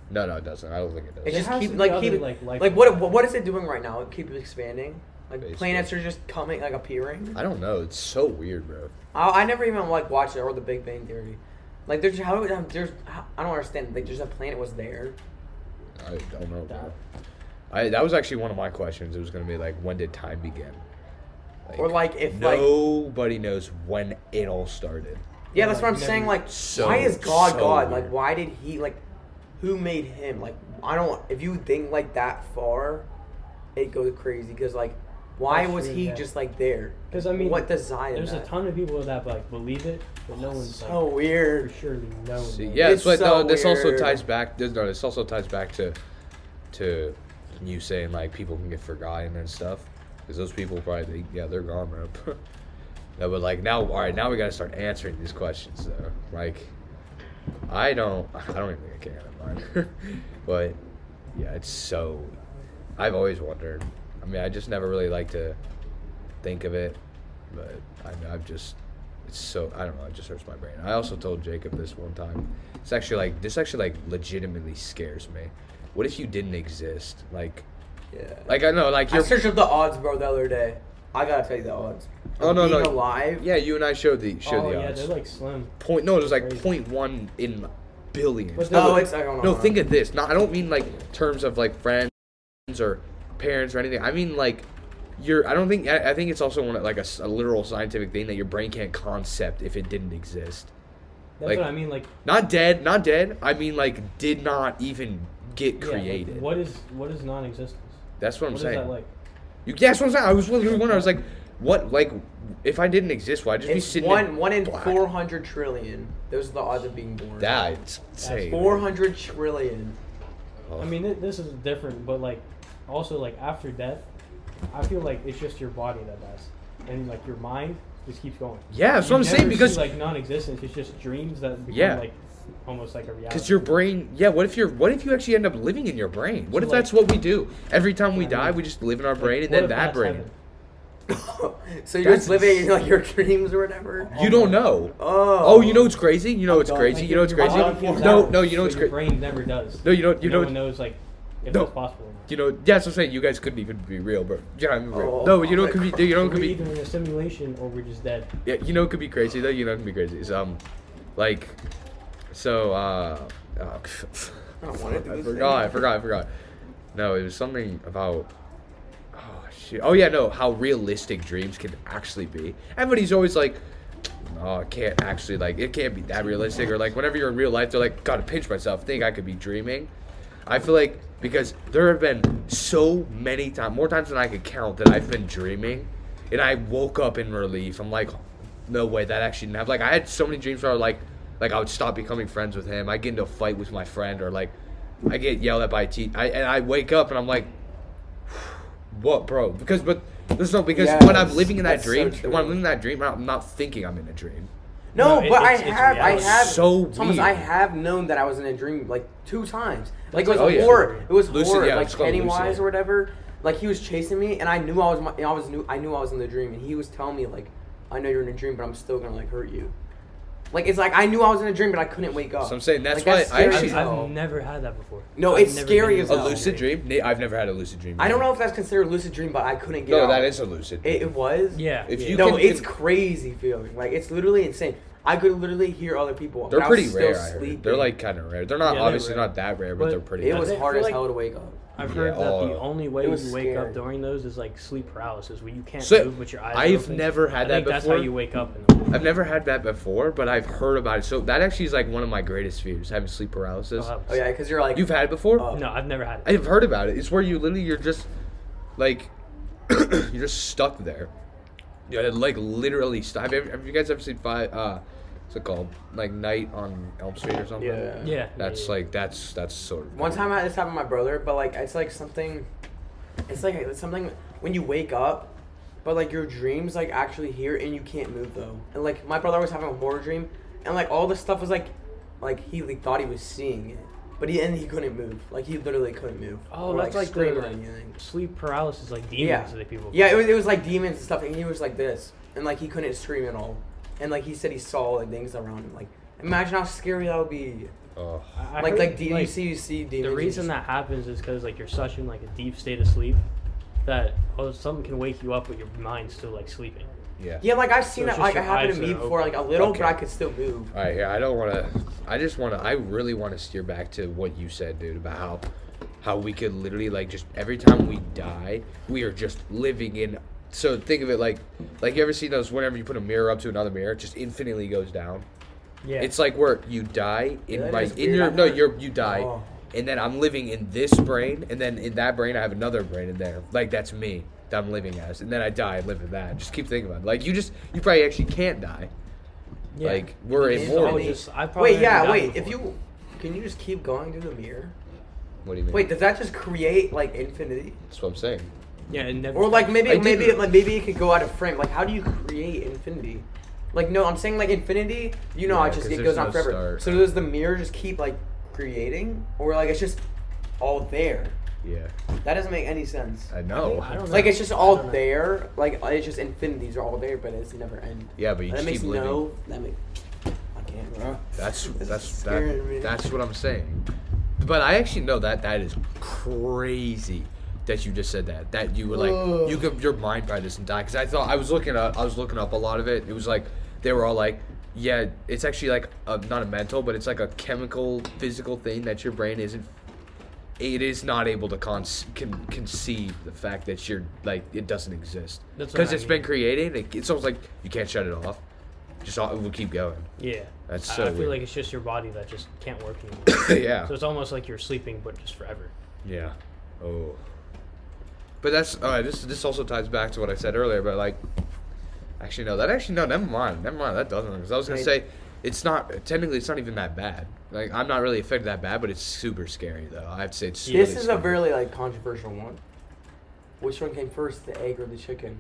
S2: no, no, it doesn't. I don't think it does.
S1: It
S3: There
S1: just
S3: has
S1: keep
S3: to be
S1: like
S3: other,
S1: keep
S3: like,
S1: like,
S3: life
S1: what
S3: forms.
S1: what what is it doing right now? It keeps expanding. Like
S2: Basically.
S1: planets are just coming like appearing.
S2: I don't know. It's so weird, bro.
S1: I, I never even like watched it or the Big Bang Theory. Like there's how how- there's how- I don't understand. Like there's a planet was there.
S2: I don't know. Bro.
S3: That-
S2: I that was actually one of my questions. It was gonna be like, when did time begin?
S1: Or, like, if, like-
S2: nobody knows when it all started.
S1: Yeah, that's what I'm
S3: Like,
S1: saying.
S3: never-
S1: Like
S2: So-
S1: why is God
S2: so
S1: God?
S2: weird.
S1: Like why did he like who made him? Like I don't if you think like that far, it goes crazy because like why
S3: That's
S1: was
S3: true,
S1: he
S3: yeah.
S1: just like there?
S3: 'Cause, I mean,
S1: what design?
S3: There's
S1: There's
S3: a
S1: that?
S3: ton of people that like believe it, but no one's
S1: so
S3: like for
S1: weird.
S3: surely no. one
S2: See,
S3: knows.
S2: yeah,
S1: It's
S2: it's but
S1: so
S2: no, this also
S1: weird.
S2: ties back. This, no, this also ties back to to you saying like people can get forgotten and stuff. Because those people probably, think, yeah, they're gone, bro. [LAUGHS] no, but like now, all right, now we gotta start answering these questions though. Like, I don't, [LAUGHS] I don't even think I [LAUGHS] can. Never mind. but yeah, it's so. I've always wondered. I mean, I just never really like to think of it, but I, I've just it's so I don't know. It just hurts my brain. I also told Jacob this one time. It's actually like this actually like legitimately scares me. What if you didn't exist? Like,
S1: Yeah.
S2: like I know, like
S1: I
S2: you're.
S1: searched up the odds, bro, the other day. I gotta tell you the odds.
S2: Oh
S1: Of
S2: no
S1: being
S2: no.
S1: Alive.
S2: Yeah, you and I showed the showed
S3: oh
S2: the
S3: yeah,
S2: odds.
S3: they're like slim.
S2: point no, it was like
S3: Crazy.
S2: point one in billions.
S3: But
S1: No,
S3: No,
S1: Oh, it's. I don't know.
S2: No, think of this. Not, I don't mean like terms of like friends or parents or anything. I mean like your. I don't think. I, I think it's also one of, like a, s- a literal scientific thing that your brain can't concept if it didn't exist.
S3: That's
S2: Like,
S3: what I mean. Like
S2: Not dead. Not dead. I mean like did not even get
S3: yeah, like,
S2: created.
S3: what is what is non-existence?
S2: That's what I'm
S3: What is
S2: saying.
S3: that like?
S2: You guess what I'm saying? I was literally wondering. I was like, what? Like, if I didn't exist, why just be
S1: It's
S2: sitting?
S1: one one in
S2: black?
S1: four hundred trillion. Those are the odds of being born.
S2: That's insane.
S1: Four hundred trillion.
S2: Oh.
S3: I mean, th- this is different, but like, also like after death, I feel like it's just your body that dies, and like your mind just keeps going.
S2: Yeah, that's what I'm
S3: You
S2: saying
S3: never see,
S2: because
S3: like non-existence, it's just dreams that become
S2: Yeah.
S3: like almost like a reality.
S2: Because your brain, yeah. What if you're? What if you actually end up living in your brain? What if
S3: Like-
S2: that's what we do? Every time we
S3: I
S2: die,
S3: mean,
S2: we just live in our
S3: Like,
S2: brain, and
S3: what
S2: then
S3: if
S2: that
S3: that's
S2: brain.
S3: heaven?
S1: so you're
S2: That's
S1: just living
S2: ins-
S1: like [LAUGHS] your dreams or whatever.
S2: You don't know.
S1: Oh.
S2: Oh, you know what's crazy? You know what's
S1: done.
S2: crazy?
S3: Like,
S2: You know what's
S3: your
S2: crazy?
S3: body gives
S2: No,
S3: out,
S2: no. You know
S3: but
S2: what's
S3: your
S2: crazy?
S3: brain never does.
S2: No, you don't- you
S3: no
S2: don't-
S3: one knows like if
S2: No.
S3: it's possible. Or not.
S2: You know, yeah, that's what I'm saying. You guys couldn't even be real, bro. You know, I'm real.
S1: Oh,
S2: no, you know,
S1: my
S2: what could be.
S1: God.
S2: You know,
S3: So
S2: what could
S3: we're
S2: be.
S3: either in a simulation or we're just dead.
S2: Yeah, you know, what could be crazy though. You know, what could be crazy. Is um, like, so uh, oh, [LAUGHS]
S1: I don't want to do
S2: I
S1: this
S2: forgot. I
S1: thing.
S2: forgot. I forgot. No, it was something about. Oh shit. Oh yeah, no. How realistic dreams can actually be. Everybody's always like, "No, it Oh, can't actually like it can't be that realistic." Or like whenever you're in real life, they're like, "Gotta pinch myself. Think I could be dreaming." I feel like because there have been so many times, more times than I could count, that I've been dreaming, and I woke up in relief. I'm like, no way, that actually didn't happen. Like I had so many dreams where I like, like I would stop becoming friends with him. I get into a fight with my friend, or like, I get yelled at by a teacher, I, and I wake up and I'm like, what, bro? Because but there's no because
S1: Yeah,
S2: when I'm
S1: that's-
S2: living in that
S1: that's so
S2: dream,
S1: true.
S2: when I'm living in that dream, I'm not thinking I'm in a dream.
S1: No,
S3: No, it-
S1: but I
S3: it's- it's
S1: have, I
S3: reality.
S1: have.
S2: So
S1: Thomas, I
S2: weird.
S1: have known that I was in a dream like two times. Like it was
S2: Oh, yeah.
S1: horror. It was
S2: Lucid,
S1: horror.
S2: yeah,
S1: like
S2: it's called
S1: Pennywise
S2: lucid.
S1: or whatever. Like he was chasing me, and I knew I was. My, I was knew. I knew I was in the dream, and he was telling me like, "I know you're in a dream, but I'm still gonna like hurt you." Like it's like I knew I was in a dream, but I couldn't wake up.
S2: So I'm saying that's
S1: Like,
S2: why I
S1: scary
S2: actually-
S1: as
S3: I've,
S1: hell.
S3: I've never had that before.
S1: No,
S3: I've
S1: it's
S3: never
S1: scary
S3: been
S1: as
S2: A
S3: in
S1: hell.
S2: lucid dream? Na- I've never had a lucid dream.
S1: I don't know if that's considered a lucid dream, but I couldn't get
S2: No,
S1: out.
S2: that is a lucid.
S1: It, it was.
S3: Yeah.
S2: If
S3: yeah.
S2: you
S1: no,
S2: can-
S1: it's crazy feeling. Like it's literally insane. I could literally hear other people.
S2: They're
S1: but I was
S2: pretty
S1: still
S2: rare. I heard. They're
S1: sleeping.
S2: like kind of rare. They're not
S3: Yeah, they're
S2: obviously
S3: rare.
S2: not that rare, but,
S3: But
S2: they're pretty.
S1: It
S2: rare.
S1: was
S3: I
S1: hard
S3: feel
S1: as
S3: like-
S1: hell to wake up.
S3: I've
S2: Yeah,
S3: heard that the
S2: oh.
S3: only way
S1: It
S3: you
S1: was
S3: wake
S1: scary.
S3: up during those is like sleep paralysis, where you can't
S2: So,
S3: move but your eyes. are
S2: I've
S3: open.
S2: never had
S3: I
S2: that
S3: think That's how
S2: before.
S3: you wake up in the
S1: Oh,
S3: morning.
S2: I've never had that before, but I've heard about it. So that actually is like one of my greatest fears: having sleep paralysis.
S3: I'll have-
S1: Oh yeah, because you're like
S2: You've had it before?
S1: Uh,
S3: No, I've never had it.
S2: I've heard about it. It's where you literally you're just like [CLEARS THROAT] you're just stuck there. Yeah, like literally stuck. Have you, have you guys ever seen five? Uh, what's it called? Like Night on Elm Street or something.
S1: Yeah.
S3: yeah.
S2: That's
S3: yeah,
S2: like that's that's sort of
S1: One time I had this happen to my brother, but like it's like something, it's like it's something when you wake up, but like your dreams like actually here and you can't move though. And like my brother was having a horror dream, and like all this stuff was like, like he like, thought he was seeing it, but he and he couldn't move. Like he literally couldn't move.
S3: Oh,
S1: Or,
S3: that's like the-
S1: scream or anything.
S3: yeah. Sleep paralysis, like demons
S1: Yeah.
S3: that people.
S1: Yeah, it was, it was like demons and stuff, and he was like this, and like he couldn't scream at all, and like he said he saw like things around him. Like imagine how scary that would be.
S2: Oh,
S3: I- I
S1: like
S3: heard,
S1: like do you see you see demons?
S3: The
S1: you
S3: reason
S1: just-
S3: that happens is because like you're such in like a deep state of sleep that oh something can wake you up but your mind's still like sleeping.
S2: yeah.
S1: Yeah, like I've seen
S3: So
S1: it.
S3: it's
S1: Like it
S3: just your
S1: happened to
S3: eyes
S1: me
S3: that are
S1: before,
S3: open.
S1: like a little,
S2: Okay.
S1: but I could still move.
S2: All right, yeah, I don't want to. I just want to. I really want to steer back to what you said, dude, about how how we could literally like just every time we die, we are just living in. So think of it like like you ever seen those whenever you put a mirror up to another mirror, it just infinitely goes down.
S3: Yeah.
S2: It's like where you die in
S1: Yeah, that
S2: my
S1: is
S2: in
S1: weird.
S2: your
S1: I've
S2: no
S1: heard-
S2: your you die,
S1: Oh.
S2: and then I'm living in this brain, and then in that brain I have another brain in there. Like that's me that I'm living as, and then I die and live in that. Just keep thinking about it. Like you just you probably actually can't die.
S3: yeah.
S2: Like we're
S1: It's
S2: immortal.
S1: only-
S3: Just- I probably
S1: wait, yeah,
S3: haven't
S1: wait.
S3: gotten
S1: If you can, you just keep going through the mirror.
S2: What do you mean?
S1: Wait, does that just create like infinity,
S2: that's what I'm saying.
S3: Yeah, it never.
S1: or like maybe
S2: I
S1: maybe
S2: didn't-
S1: it, like, maybe it could go out of frame? Like, how do you create infinity? Like, no, I'm saying like infinity. You know,
S2: Yeah,
S1: I just
S2: 'cause
S1: it
S2: there's
S1: goes on
S2: no
S1: forever.
S2: start.
S1: So does the mirror just keep like creating, or like it's just all there?
S2: Yeah,
S1: That doesn't make any sense.
S2: I know.
S3: I don't know.
S1: Like it's just all
S3: I don't know.
S1: there. Like it's just infinities are all there, but it's never end.
S2: Yeah, but you
S1: that
S2: just
S1: makes
S2: keep living.
S1: no. That make. I can't, bro.
S2: That's
S1: This is
S2: that's
S1: scaring me.
S2: that, that's what I'm saying. But I actually know that that is crazy that you just said that. That you were like
S1: Ugh.
S2: you could your mind probably doesn't die because I thought I was looking up I was looking up a lot of it. It was like they were all like yeah it's actually like a, not a mental but it's like a chemical physical thing that your brain isn't it is not able to con- con- conceive the fact that you're like it doesn't exist
S3: That's what
S2: because
S3: I
S2: it's
S3: mean.
S2: been created it, it's almost like you can't shut it off just all, it will keep going [LAUGHS]
S3: Yeah.
S2: That's
S3: I-
S2: so
S3: I, feel
S2: weird.
S3: like it's just your body that just can't work
S2: [COUGHS]
S3: anymore.
S2: yeah
S3: so it's almost like you're sleeping, but just forever.
S2: Yeah. Oh. But that's all right. This this also ties back to what I said earlier. But like, actually no, that actually no, never mind, never mind. That doesn't because I was gonna
S1: Right.
S2: say it's not technically it's not even that bad. Like I'm not really affected that bad, but it's super scary though. I have to say it's.
S1: This
S2: really
S1: is
S2: scary.
S1: a really like controversial one. Which one came first, the egg or the chicken?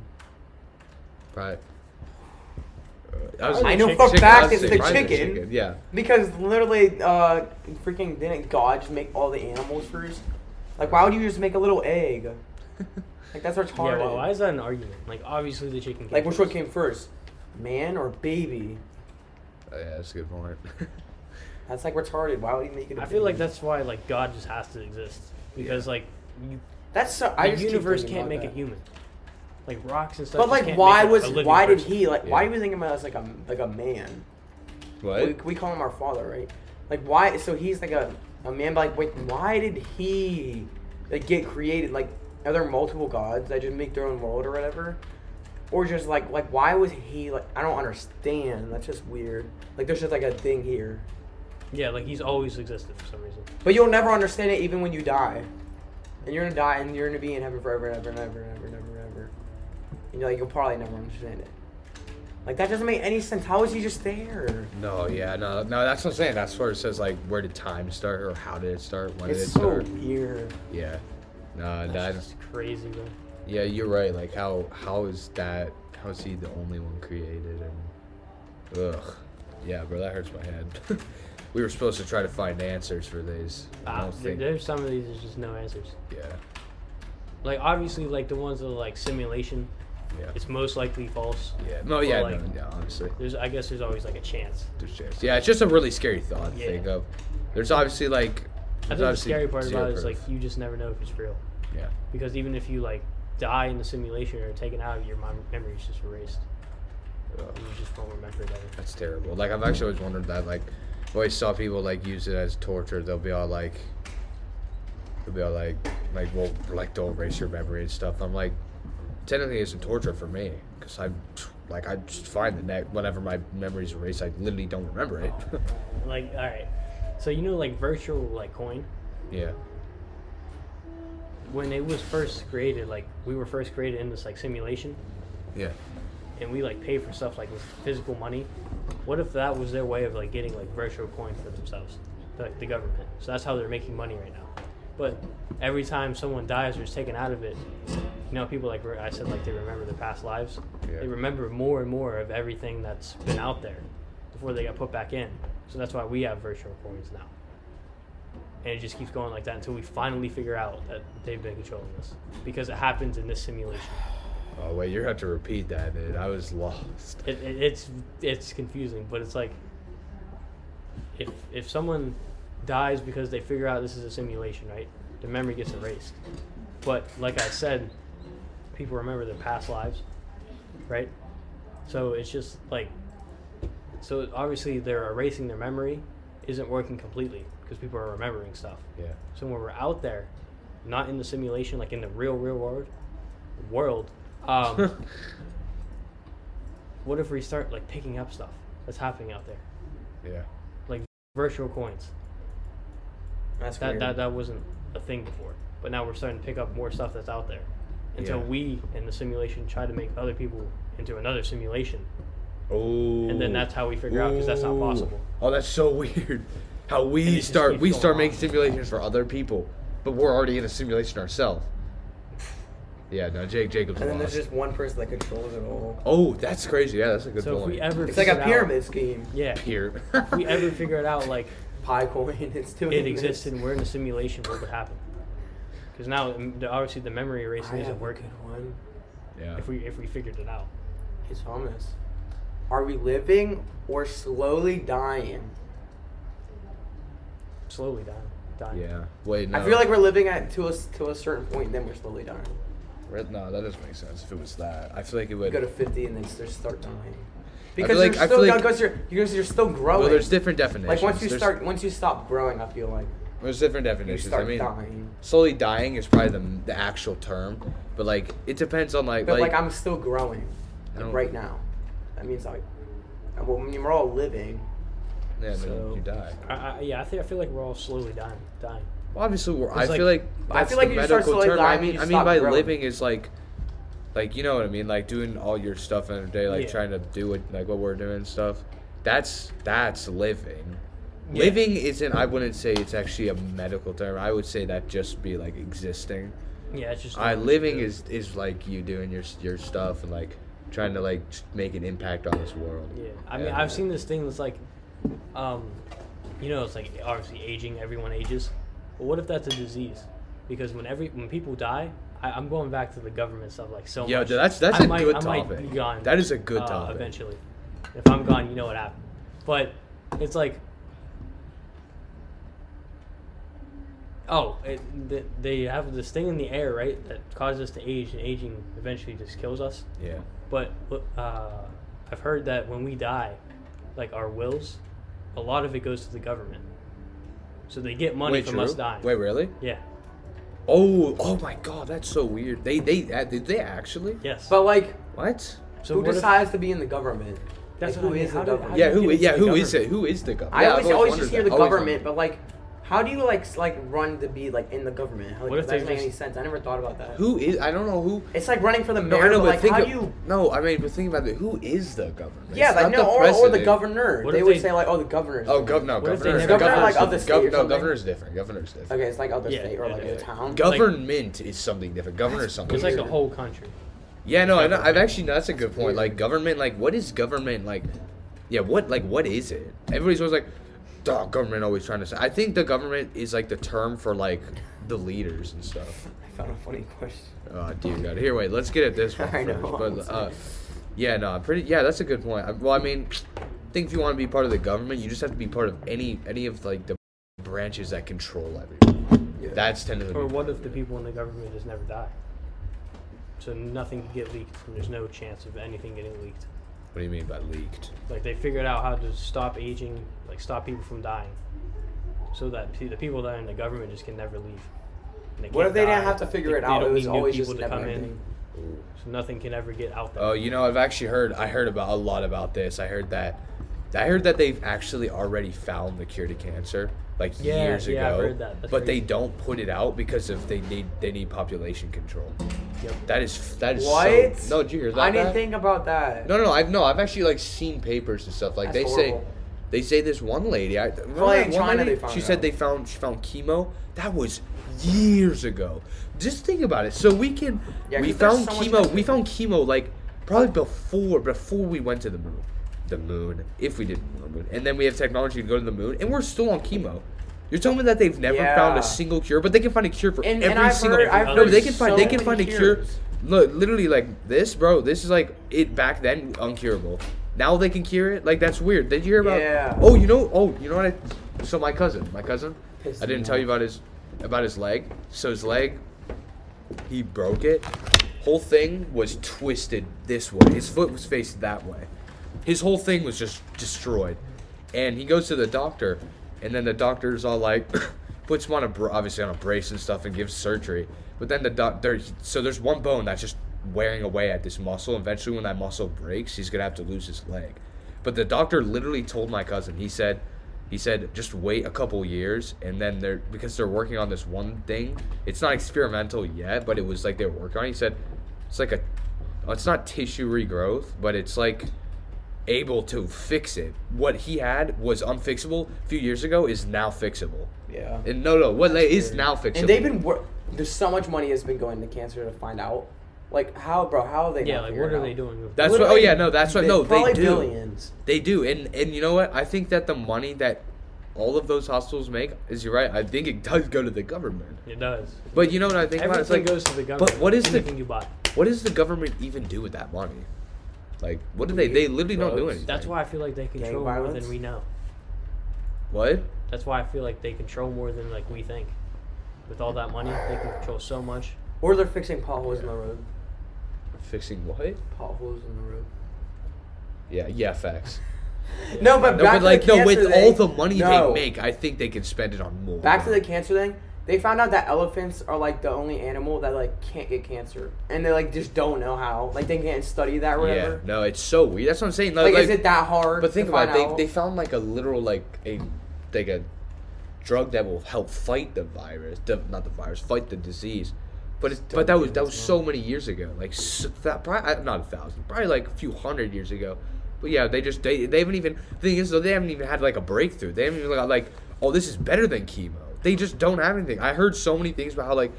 S2: Right. Uh, I, was
S3: I
S2: gonna
S3: know
S2: say
S3: for a
S2: chicken,
S1: fact
S2: I was
S1: it's
S2: saying
S1: the
S2: probably
S1: chicken.
S2: Yeah.
S1: Because literally, uh, freaking didn't God just make all the animals first? Like, why would you just make a little
S3: [LAUGHS]
S1: egg? Like that's retarded.
S3: Yeah. Well, why is that an argument? Like obviously the chicken.
S1: like, which one
S3: first.
S1: came first, man or baby?
S2: Uh, yeah, that's a good point. [LAUGHS]
S1: That's like retarded. Why would he make it? I
S3: I feel like that's why like God just has to exist because like you,
S1: that's so. I
S3: the
S1: just keep
S3: universe
S1: thinking
S3: can't
S1: about
S3: make
S1: that.
S3: a human. Like rocks and stuff. just
S1: But like,
S3: can't
S1: why
S3: make a-
S1: was
S3: a living
S1: why did
S3: person.
S1: he like? Why
S2: Yeah.
S1: do we think about us like a like a man? We,
S2: what?
S1: we call him our father, right? Like why? So he's like a, a man, but like wait, why did he like get created? Like are there multiple gods that just make their own world or whatever? Or just like like why was he like I don't understand. That's just weird. Like there's just like a thing here,
S3: Yeah, like he's always existed for some reason.
S1: but you'll never understand it even when you die. And you're gonna die, and you're gonna be in heaven forever and ever and ever and ever and ever and ever. And you're like you'll probably never understand it. Like that doesn't make any sense. How is he just there?
S2: No, yeah, no, no. That's what I'm saying. That's where it says like, where did time start, or how did it start? When did
S1: It's
S2: it
S1: so
S2: start?
S1: weird.
S2: Yeah. No,
S3: That's
S2: that.
S3: just crazy, bro.
S2: Yeah, you're right. Like how how is that? How is he the only one created? And ugh, yeah, bro, that hurts my head. [LAUGHS] we were supposed to try to find answers for these. I
S3: Uh,
S2: don't think.
S3: there's some of these there's just no answers.
S2: Yeah,
S3: Like obviously, like the ones that are like simulation,
S2: yeah,
S3: it's most likely false.
S2: yeah. No,
S3: Or,
S2: yeah,
S3: like-
S2: no, no, honestly,
S3: There's I guess there's always like a chance.
S2: there's chance. Yeah, it's just a really scary thought to
S3: Yeah.
S2: think of. There's obviously like.
S3: I
S2: there's
S3: think the
S2: obviously
S3: scary part
S2: zero
S3: about it is
S2: proof.
S3: like you just never know if it's real
S2: Yeah,
S3: because even if you like die in the simulation or taken out of your mem- memory is just erased.
S2: Ugh.
S3: You just won't remember it ever.
S2: That's terrible. Like I've actually always wondered that. Like I've always saw people like use it as torture. They'll be all like, they'll be all like, like well, like they'll erase your memory and stuff. I'm like, technically, it's torture for me because I, like, I just find the next whenever my memory's erased, I literally don't remember it. [LAUGHS]
S3: Like all right, so you know like virtual like coin
S2: yeah.
S3: when it was first created, like we were first created in this like simulation,
S2: Yeah.
S3: and we like pay for stuff like with physical money. What if that was their way of like getting like virtual coin for themselves, like the government? So that's how they're making money right now. But every time someone dies or is taken out of it, you know, people like re- I said, like they remember their past lives.
S2: Yeah.
S3: They remember more and more of everything that's been out there before they got put back in. So that's why we have virtual coins now. And it just keeps going like that until we finally figure out that they've been controlling us because it happens in this simulation.
S2: Oh wait, you're gonna have to repeat that, dude. I was lost.
S3: it, it, it's it's confusing, but it's like if if someone dies because they figure out this is a simulation, right? The memory gets erased. But like I said, people remember their past lives, right? So it's just like so obviously they're erasing their memory isn't working completely because people are remembering stuff.
S2: Yeah.
S3: So when we're out there, not in the simulation, like in the real, real world, world, um,
S1: [LAUGHS]
S3: what if we start like picking up stuff that's happening out there,
S2: Yeah.
S3: virtual coins?
S1: That's
S3: That
S1: weird.
S3: that that wasn't a thing before, but now we're starting to pick up more stuff that's out there. Until
S2: Yeah.
S3: we in the simulation try to make other people into another simulation,
S2: Oh.
S3: and then that's how we figure out because that's not
S2: Ooh.
S3: possible.
S2: Oh, that's so [LAUGHS] weird. How
S3: And it
S2: we
S3: just
S2: start
S3: keeps
S2: we
S3: going
S2: start
S3: on.
S2: making simulations for other people, but we're already in a simulation ourselves. Yeah, no, Jake Jacobs
S1: and then
S2: lost.
S1: there's just one person that controls it all.
S2: oh, that's crazy. Yeah, that's a good
S3: so if
S2: point.
S3: we ever
S1: It's like a
S3: figure it out-
S1: pyramid scheme.
S3: yeah.
S2: [LAUGHS] Here,
S3: If we ever figure it out, like
S1: Pie coin. [LAUGHS] It's doing
S3: it
S1: this.
S3: existed and we're in a simulation, what would happen? Because now, m- the- obviously, the memory
S1: I
S3: erasing
S1: have a
S3: isn't working.
S1: good one.
S2: [LAUGHS] yeah.
S3: If we if we figured it out,
S1: Hey Thomas, are we living or slowly dying?
S3: slowly dying, dying.
S2: yeah. Wait, no.
S1: I feel like we're living at to us to a certain point, and then we're slowly dying.
S2: Red- no, that doesn't make sense. If it was that, I feel like it
S1: You
S2: would.
S1: go to fifty, and then just start dying. Because
S2: like-
S1: you're
S2: I feel
S1: still
S2: like-
S1: because you're because you're still growing.
S2: well, there's different definitions.
S1: like once you
S2: There's-
S1: start once you stop growing, I feel like
S2: there's different
S1: you
S2: definitions.
S1: start
S2: I mean,
S1: dying.
S2: slowly dying is probably the, the actual term, but like it depends on like
S1: But like,
S2: like
S1: I'm still growing
S2: I
S1: like,
S2: don't-
S1: right now. That means like, well, I mean, we're all living.
S2: yeah, then
S1: so-
S2: you die.
S3: I, I, yeah, I think I feel like we're all slowly dying, dying.
S2: Well, obviously, we're, I
S3: It's like-
S2: feel like
S1: I
S2: that's
S1: feel like
S2: the
S1: if you start
S2: medical
S1: slowly
S2: term. I
S1: dying,
S2: mean,
S1: you
S2: I mean
S1: stop
S2: by
S1: growing.
S2: living is like, like you know what I mean, like doing all your stuff in a day, like
S3: Yeah.
S2: trying to do what like what we're doing and stuff. That's that's living.
S3: Yeah.
S2: Living isn't. I wouldn't say it's actually a medical term. I would say that just be like existing.
S3: Yeah, it's just.
S2: I living is is like you doing your your stuff and like trying to like make an impact on this world.
S3: Yeah, I mean,
S2: And,
S3: I've seen this thing that's like, um, you know, it's like obviously aging. Everyone ages. But what if that's a disease? Because when every when people die, I, I'm going back to the government stuff like so
S2: Yeah,
S3: much.
S2: dude, that's- that's
S3: a
S2: a good topic.
S3: Might be gone,
S2: That is a good
S3: uh,
S2: topic.
S3: Eventually, if I'm gone, you know what happened. But it's like. Oh, it, th- they have this thing in the air, right, that causes us to age, and aging eventually just kills us.
S2: Yeah.
S3: But uh, I've heard that when we die, like our wills, a lot of it goes to the government. So they get money
S2: Wait,
S3: from
S2: Drew?
S3: us dying.
S2: Wait, really?
S3: Yeah.
S2: Oh, oh my God, that's so weird. They they uh, did they actually?
S3: Yes.
S1: But like,
S2: What?
S3: so
S1: who
S3: what if-
S1: decides to be in the government?
S3: That's
S1: like,
S3: what
S1: who
S3: I mean,
S1: is
S3: how
S1: the
S3: do-
S1: government?
S3: how do
S2: Yeah,
S3: you
S2: who?
S3: get
S2: Yeah,
S3: into the
S2: who is
S3: government?
S2: it? Who is the government?
S1: I
S2: Yeah, I've
S1: always, always just
S2: wondered
S1: hear the
S2: that. Always
S1: government, but like, How do you like s- like run to be like in the government? How, like,
S3: What if
S1: that doesn't
S3: they
S1: make any
S3: just-
S1: sense. I never thought about that.
S2: Who is? I don't know who.
S1: It's like running for the
S2: No,
S1: mayor.
S2: I know,
S1: but,
S2: but
S1: like,
S2: think
S1: how
S2: of,
S1: do you?
S2: no. I mean, but think about it. Who is the government?
S1: Yeah,
S2: It's
S1: like
S2: not
S1: no, or, or the
S2: president.
S1: governor.
S3: What
S1: They
S3: if
S1: would
S3: they-
S1: say like, oh, the governor.
S2: Oh, gov- no,
S3: What if they
S2: governor.
S3: never- Governor,
S1: like, of the
S2: different.
S1: state or
S2: no,
S1: something?
S2: governor's different. Governor's different.
S1: Okay, it's like other
S3: Yeah,
S1: state or
S3: yeah,
S1: like
S3: yeah,
S1: a
S3: yeah.
S1: town.
S2: Government is something different. Governor is something.
S3: It's like the
S2: different.
S3: whole country.
S2: Yeah, no, I know, I've actually no, that's a good point. Like government, like what is government like? Yeah, what like what is it? Everybody's always like, "Duh, government always trying to." Say. I think the government is like the term for like the leaders and stuff.
S1: I found a funny question.
S2: Oh dear God! Here, wait, let's get at
S1: [LAUGHS]
S2: this one
S1: I know,
S2: first.
S1: I'm
S2: But uh, yeah, no, I'm pretty. Yeah, that's a good point. I, well, I mean, I think if you want to be part of the government, you just have to be part of any any of like the branches that control everything.
S1: Yeah.
S2: That's tended to
S3: Or
S2: be-
S3: what if the people in the government just never die? So nothing can get leaked, and there's no chance of anything getting leaked.
S2: What do you mean by leaked?
S3: Like they figured out how to stop aging, like stop people from dying, so that pe- the people that are in the government just can never leave. And
S1: What
S3: can't
S1: if they didn't
S3: die.
S1: have to figure
S3: They-
S1: it
S3: they
S1: out?
S3: don't
S1: It was
S3: need new
S1: always
S3: people
S1: just
S3: to
S1: never
S3: come in,
S1: ending.
S3: so nothing can ever get out there.
S2: Oh, you know, I've actually heard. I heard about a lot about this. I heard that. I heard that they've actually already found the cure to cancer, like
S3: Yeah,
S2: years
S3: yeah, I've
S2: ago.
S3: heard that. That's
S2: But they
S3: crazy.
S2: don't put it out because if they need they need population control.
S3: Yep.
S2: That is that is so-
S1: What?
S2: no, did you hear that?
S1: I didn't
S2: Matt?
S1: think about that.
S2: No, no, no. I've no. I've actually like seen papers and stuff. Like
S1: That's
S2: they say,
S1: horrible.
S2: they say this one lady. I remember
S1: like,
S2: that
S1: in
S2: one
S1: China
S2: lady?
S1: they found
S2: She
S1: it
S2: said
S1: out.
S2: they found she found chemo. That was years ago. Just think about it. So we can
S1: Yeah,
S2: we
S1: 'cause there's
S2: found
S1: so much
S2: chemo.
S1: history.
S2: We found chemo like probably before before we went to the moon. The moon, if we did go to the moon, and then we have technology to go to the moon, and we're still on chemo. You're telling me that they've never found
S1: Yeah.
S2: a single cure, but they can find a cure for
S1: And- and
S2: every
S1: I've
S2: single.
S1: heard- I've
S2: no,
S3: heard
S2: they can find
S1: so
S2: they can
S1: many
S2: find a cure.
S1: cures.
S2: Look, literally like this, bro. This is like it back then uncurable. Now they can cure it. Like that's weird. Did you hear about?
S1: Yeah.
S2: Oh, you know. Oh, you know what? I, so my cousin, my cousin,
S1: Pissed
S2: I didn't
S1: me
S2: tell
S1: off.
S2: you about his about his leg. So his leg, he broke it. Whole thing was twisted this way. His foot was faced that way. His whole thing was just destroyed. And he goes to the doctor, and then the doctor's all like, [COUGHS] puts him on a br- obviously on a brace and stuff, and gives surgery. But then the doctor, so there's one bone that's just wearing away at this muscle. Eventually, when that muscle breaks, he's gonna have to lose his leg. But the doctor literally told my cousin, he said, he said, just wait a couple years, and then they're because they're working on this one thing. It's not experimental yet, but it was like they were working on. it. He said, it's like a, it's not tissue regrowth, but it's like able to fix it. What he had was unfixable a few years ago is now fixable.
S1: Yeah.
S2: And no, no, what la- is now fixable?
S1: And they've been wor- there's so much money has been going to cancer to find out, like how, bro, how are they?
S3: yeah,
S1: not
S3: like
S1: figuring
S3: what are
S1: it
S3: they
S1: out?
S3: doing? with-
S2: That's what. Oh
S1: Literally,
S2: yeah, no, that's what. No, they
S1: probably
S2: do.
S1: billions.
S2: They do, and and you know what? I think that the money that all of those hospitals make is you're right. I think it does go to the government.
S3: it does.
S2: But you know what I think about? It's
S3: Everything
S2: like,
S3: goes to the government.
S2: But what is the
S3: anything you buy?
S2: what does the government even do with that money? Like, what do they? They literally don't do
S1: Drugs.
S2: anything.
S3: That's why I feel like they control more
S1: violence?
S3: than we know.
S2: What?
S3: That's why I feel like they control more than like we think. With all that money, they can control so much.
S1: Or they're fixing potholes in the road.
S2: Fixing what?
S1: Potholes in the road.
S2: Yeah, yeah, facts.
S1: No, but
S2: No,
S1: back
S2: but
S1: to
S2: like
S1: the
S2: no, with
S1: cancer
S2: all
S1: thing-
S2: the money
S1: no.
S2: they make, I think they can spend it on more.
S1: Back to the cancer thing. They found out that elephants are like the only animal that like can't get cancer, and they like just don't know how. Like they can't study that or
S2: yeah.
S1: whatever.
S2: No, it's so weird. That's what I'm saying. Like,
S1: Like,
S2: like-
S1: is it that hard?
S2: but think
S1: to
S2: about
S1: find
S2: it.
S1: out?
S2: They, they found like a literal like a like a drug that will help fight the virus. The, not the virus, fight the disease. But it's, but that was that was so many years ago. Like s that probably uh, not a thousand, probably like a few hundred years ago. But yeah, they just they, they haven't even the thing is though they haven't even had like a breakthrough. They haven't even got like oh this is better than chemo. They just don't have anything. I heard so many things about how like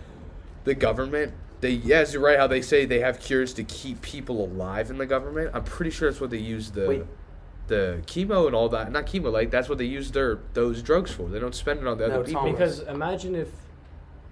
S2: the government they yes you're right how they say they have cures to keep people alive in the government i'm pretty sure that's what they use the
S1: Wait.
S2: the chemo and all that not chemo like that's what they use their those drugs for they don't spend it on the
S1: No,
S2: other
S1: it's
S2: people
S1: all-
S3: Because imagine if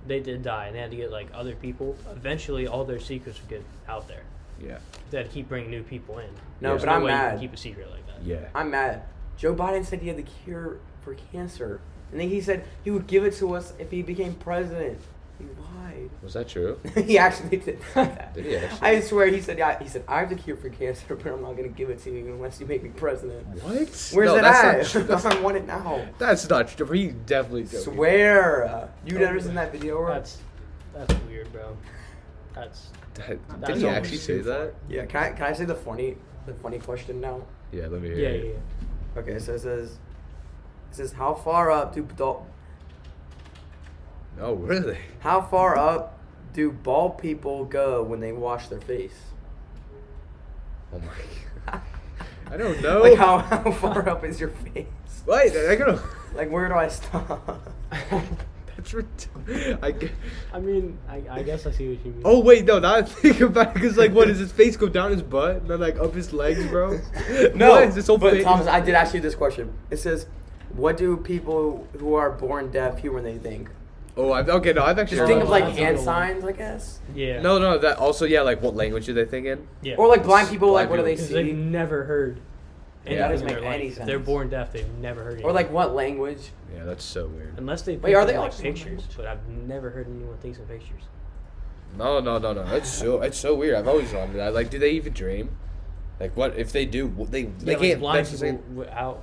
S3: they did die and they had to get like other people. Eventually, all their secrets would get out there.
S2: yeah
S3: They had to keep bringing new people in.
S1: No,
S3: There's
S1: but I'm
S3: way you
S1: mad.
S3: can keep a secret like that.
S2: yeah
S1: I'm mad. Joe Biden said he had the cure for cancer, and then he said he would give it to us if he became president. He lied.
S2: was that true
S1: [LAUGHS] he actually did. that.
S2: Did he actually?
S1: I swear he said yeah. He said I have the cure for cancer, but I'm not gonna give it to you unless you make me president.
S2: what where's
S1: Where's it
S2: that's
S1: at?
S2: not true.
S1: I want it now.
S2: that's not true he definitely joking.
S1: Swear. uh, You never seen that video? Or?
S3: That's that's weird, bro. That's
S2: That- did
S3: That's
S2: he
S3: almost
S2: actually say
S3: too far.
S2: that
S1: Yeah. Can I can I say the funny the funny question now?
S2: yeah let me hear
S3: yeah, yeah.
S2: it
S3: yeah.
S1: Okay, so it says, it says how far up do do-
S2: Oh, really?
S1: How far up do bald people go when they wash their face? [LAUGHS]
S2: Oh my god. I don't know.
S1: [LAUGHS] Like how, how far up is your face?
S2: Wait, I gotta.
S1: Like where do I stop?
S2: That's ridiculous. I get.
S3: [LAUGHS] I mean, I, I guess I see what you mean.
S2: Oh wait, no. Now I think about it, cause like, what does his face go down his butt and then like up his legs, [LAUGHS]
S1: [LAUGHS]
S2: bro? What is this whole
S1: but
S2: face?
S1: Thomas, I did ask you this question. It says, "What do people who are born deaf hear when they think?"
S2: oh, I've, okay, no, I've actually.
S1: Just think of like
S3: that's a
S1: hand
S3: little one.
S1: signs, I guess,
S3: Yeah.
S2: No, no, that also yeah, like what language do they think in?
S3: Yeah.
S1: or like blind people,
S2: Blind
S1: like what do they
S2: people.
S3: because they've
S1: see,
S3: never heard.
S2: Yeah, that
S3: anything
S1: doesn't
S3: in their
S1: make any
S3: life.
S1: sense.
S3: They're born deaf. They've never heard.
S1: or
S3: anything.
S1: like what language?
S2: Yeah, that's so weird.
S3: Unless they think
S1: Wait, are they
S3: in, like
S1: all-
S3: pictures, but I've never heard anyone thinks in pictures.
S2: No, no, no, no. That's so that's so weird. I've always wondered that. Like, do they even dream? Like, what if they do? what- They they
S3: Yeah, like
S2: can't.
S3: blind
S2: that's the
S3: people
S2: thing.
S3: without.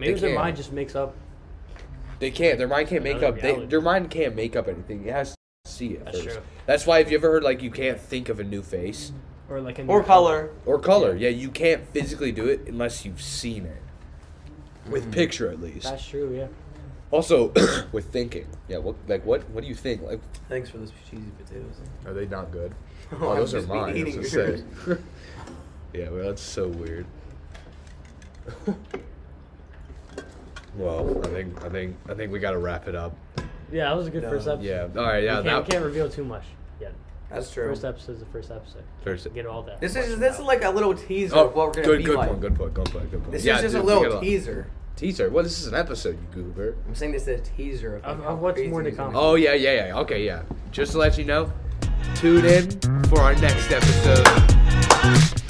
S3: Maybe
S2: They
S3: their
S2: can't.
S3: mind just makes up.
S2: They can't. Their mind can't make
S3: Another
S2: up. They,
S3: reality.
S2: their mind can't make up anything. It has to see it.
S3: That's
S2: first.
S3: true.
S2: That's why. Have you ever heard like you can't think of a new face
S3: Or like a
S1: Or
S3: new
S1: color?
S2: or color? Yeah, you can't physically do it unless you've seen it with picture at least.
S3: Mm. That's true. Yeah.
S2: Also, [COUGHS] with thinking. Yeah. What like what what do you think? Like,
S1: Thanks for those cheesy potatoes.
S2: are they not
S1: [LAUGHS]
S2: good?
S1: Oh,
S2: Oh,
S1: I've
S2: those are
S1: just been
S2: mine. I was
S1: eating
S2: gonna say. [LAUGHS]
S1: yours.
S2: yeah, well, that's so weird. [LAUGHS] well, I think I think I think we gotta wrap it up.
S3: Yeah, that was a good first
S1: No.
S3: episode.
S2: Yeah. All right. Yeah.
S3: we can't,
S2: That,
S3: we can't reveal too much. Yeah.
S1: That's true.
S3: First episode is the first episode.
S2: First-
S3: Get all that.
S1: This is this is like a little teaser
S2: oh,
S1: of what we're gonna
S2: good.
S1: be
S2: good
S1: like.
S2: point. Good point. Good point. Good point.
S1: This
S2: yeah,
S1: is just
S2: dude,
S1: a
S2: we got
S1: little teaser.
S2: Teaser. Well, this is an episode, you goober.
S1: I'm saying this is a teaser
S3: Of-
S1: of, like,
S3: of
S1: how
S3: what's
S1: crazy
S3: more to
S1: these are.
S3: come.
S2: Oh yeah, yeah, yeah. Okay, yeah. Just to let you know, tune in for our next episode.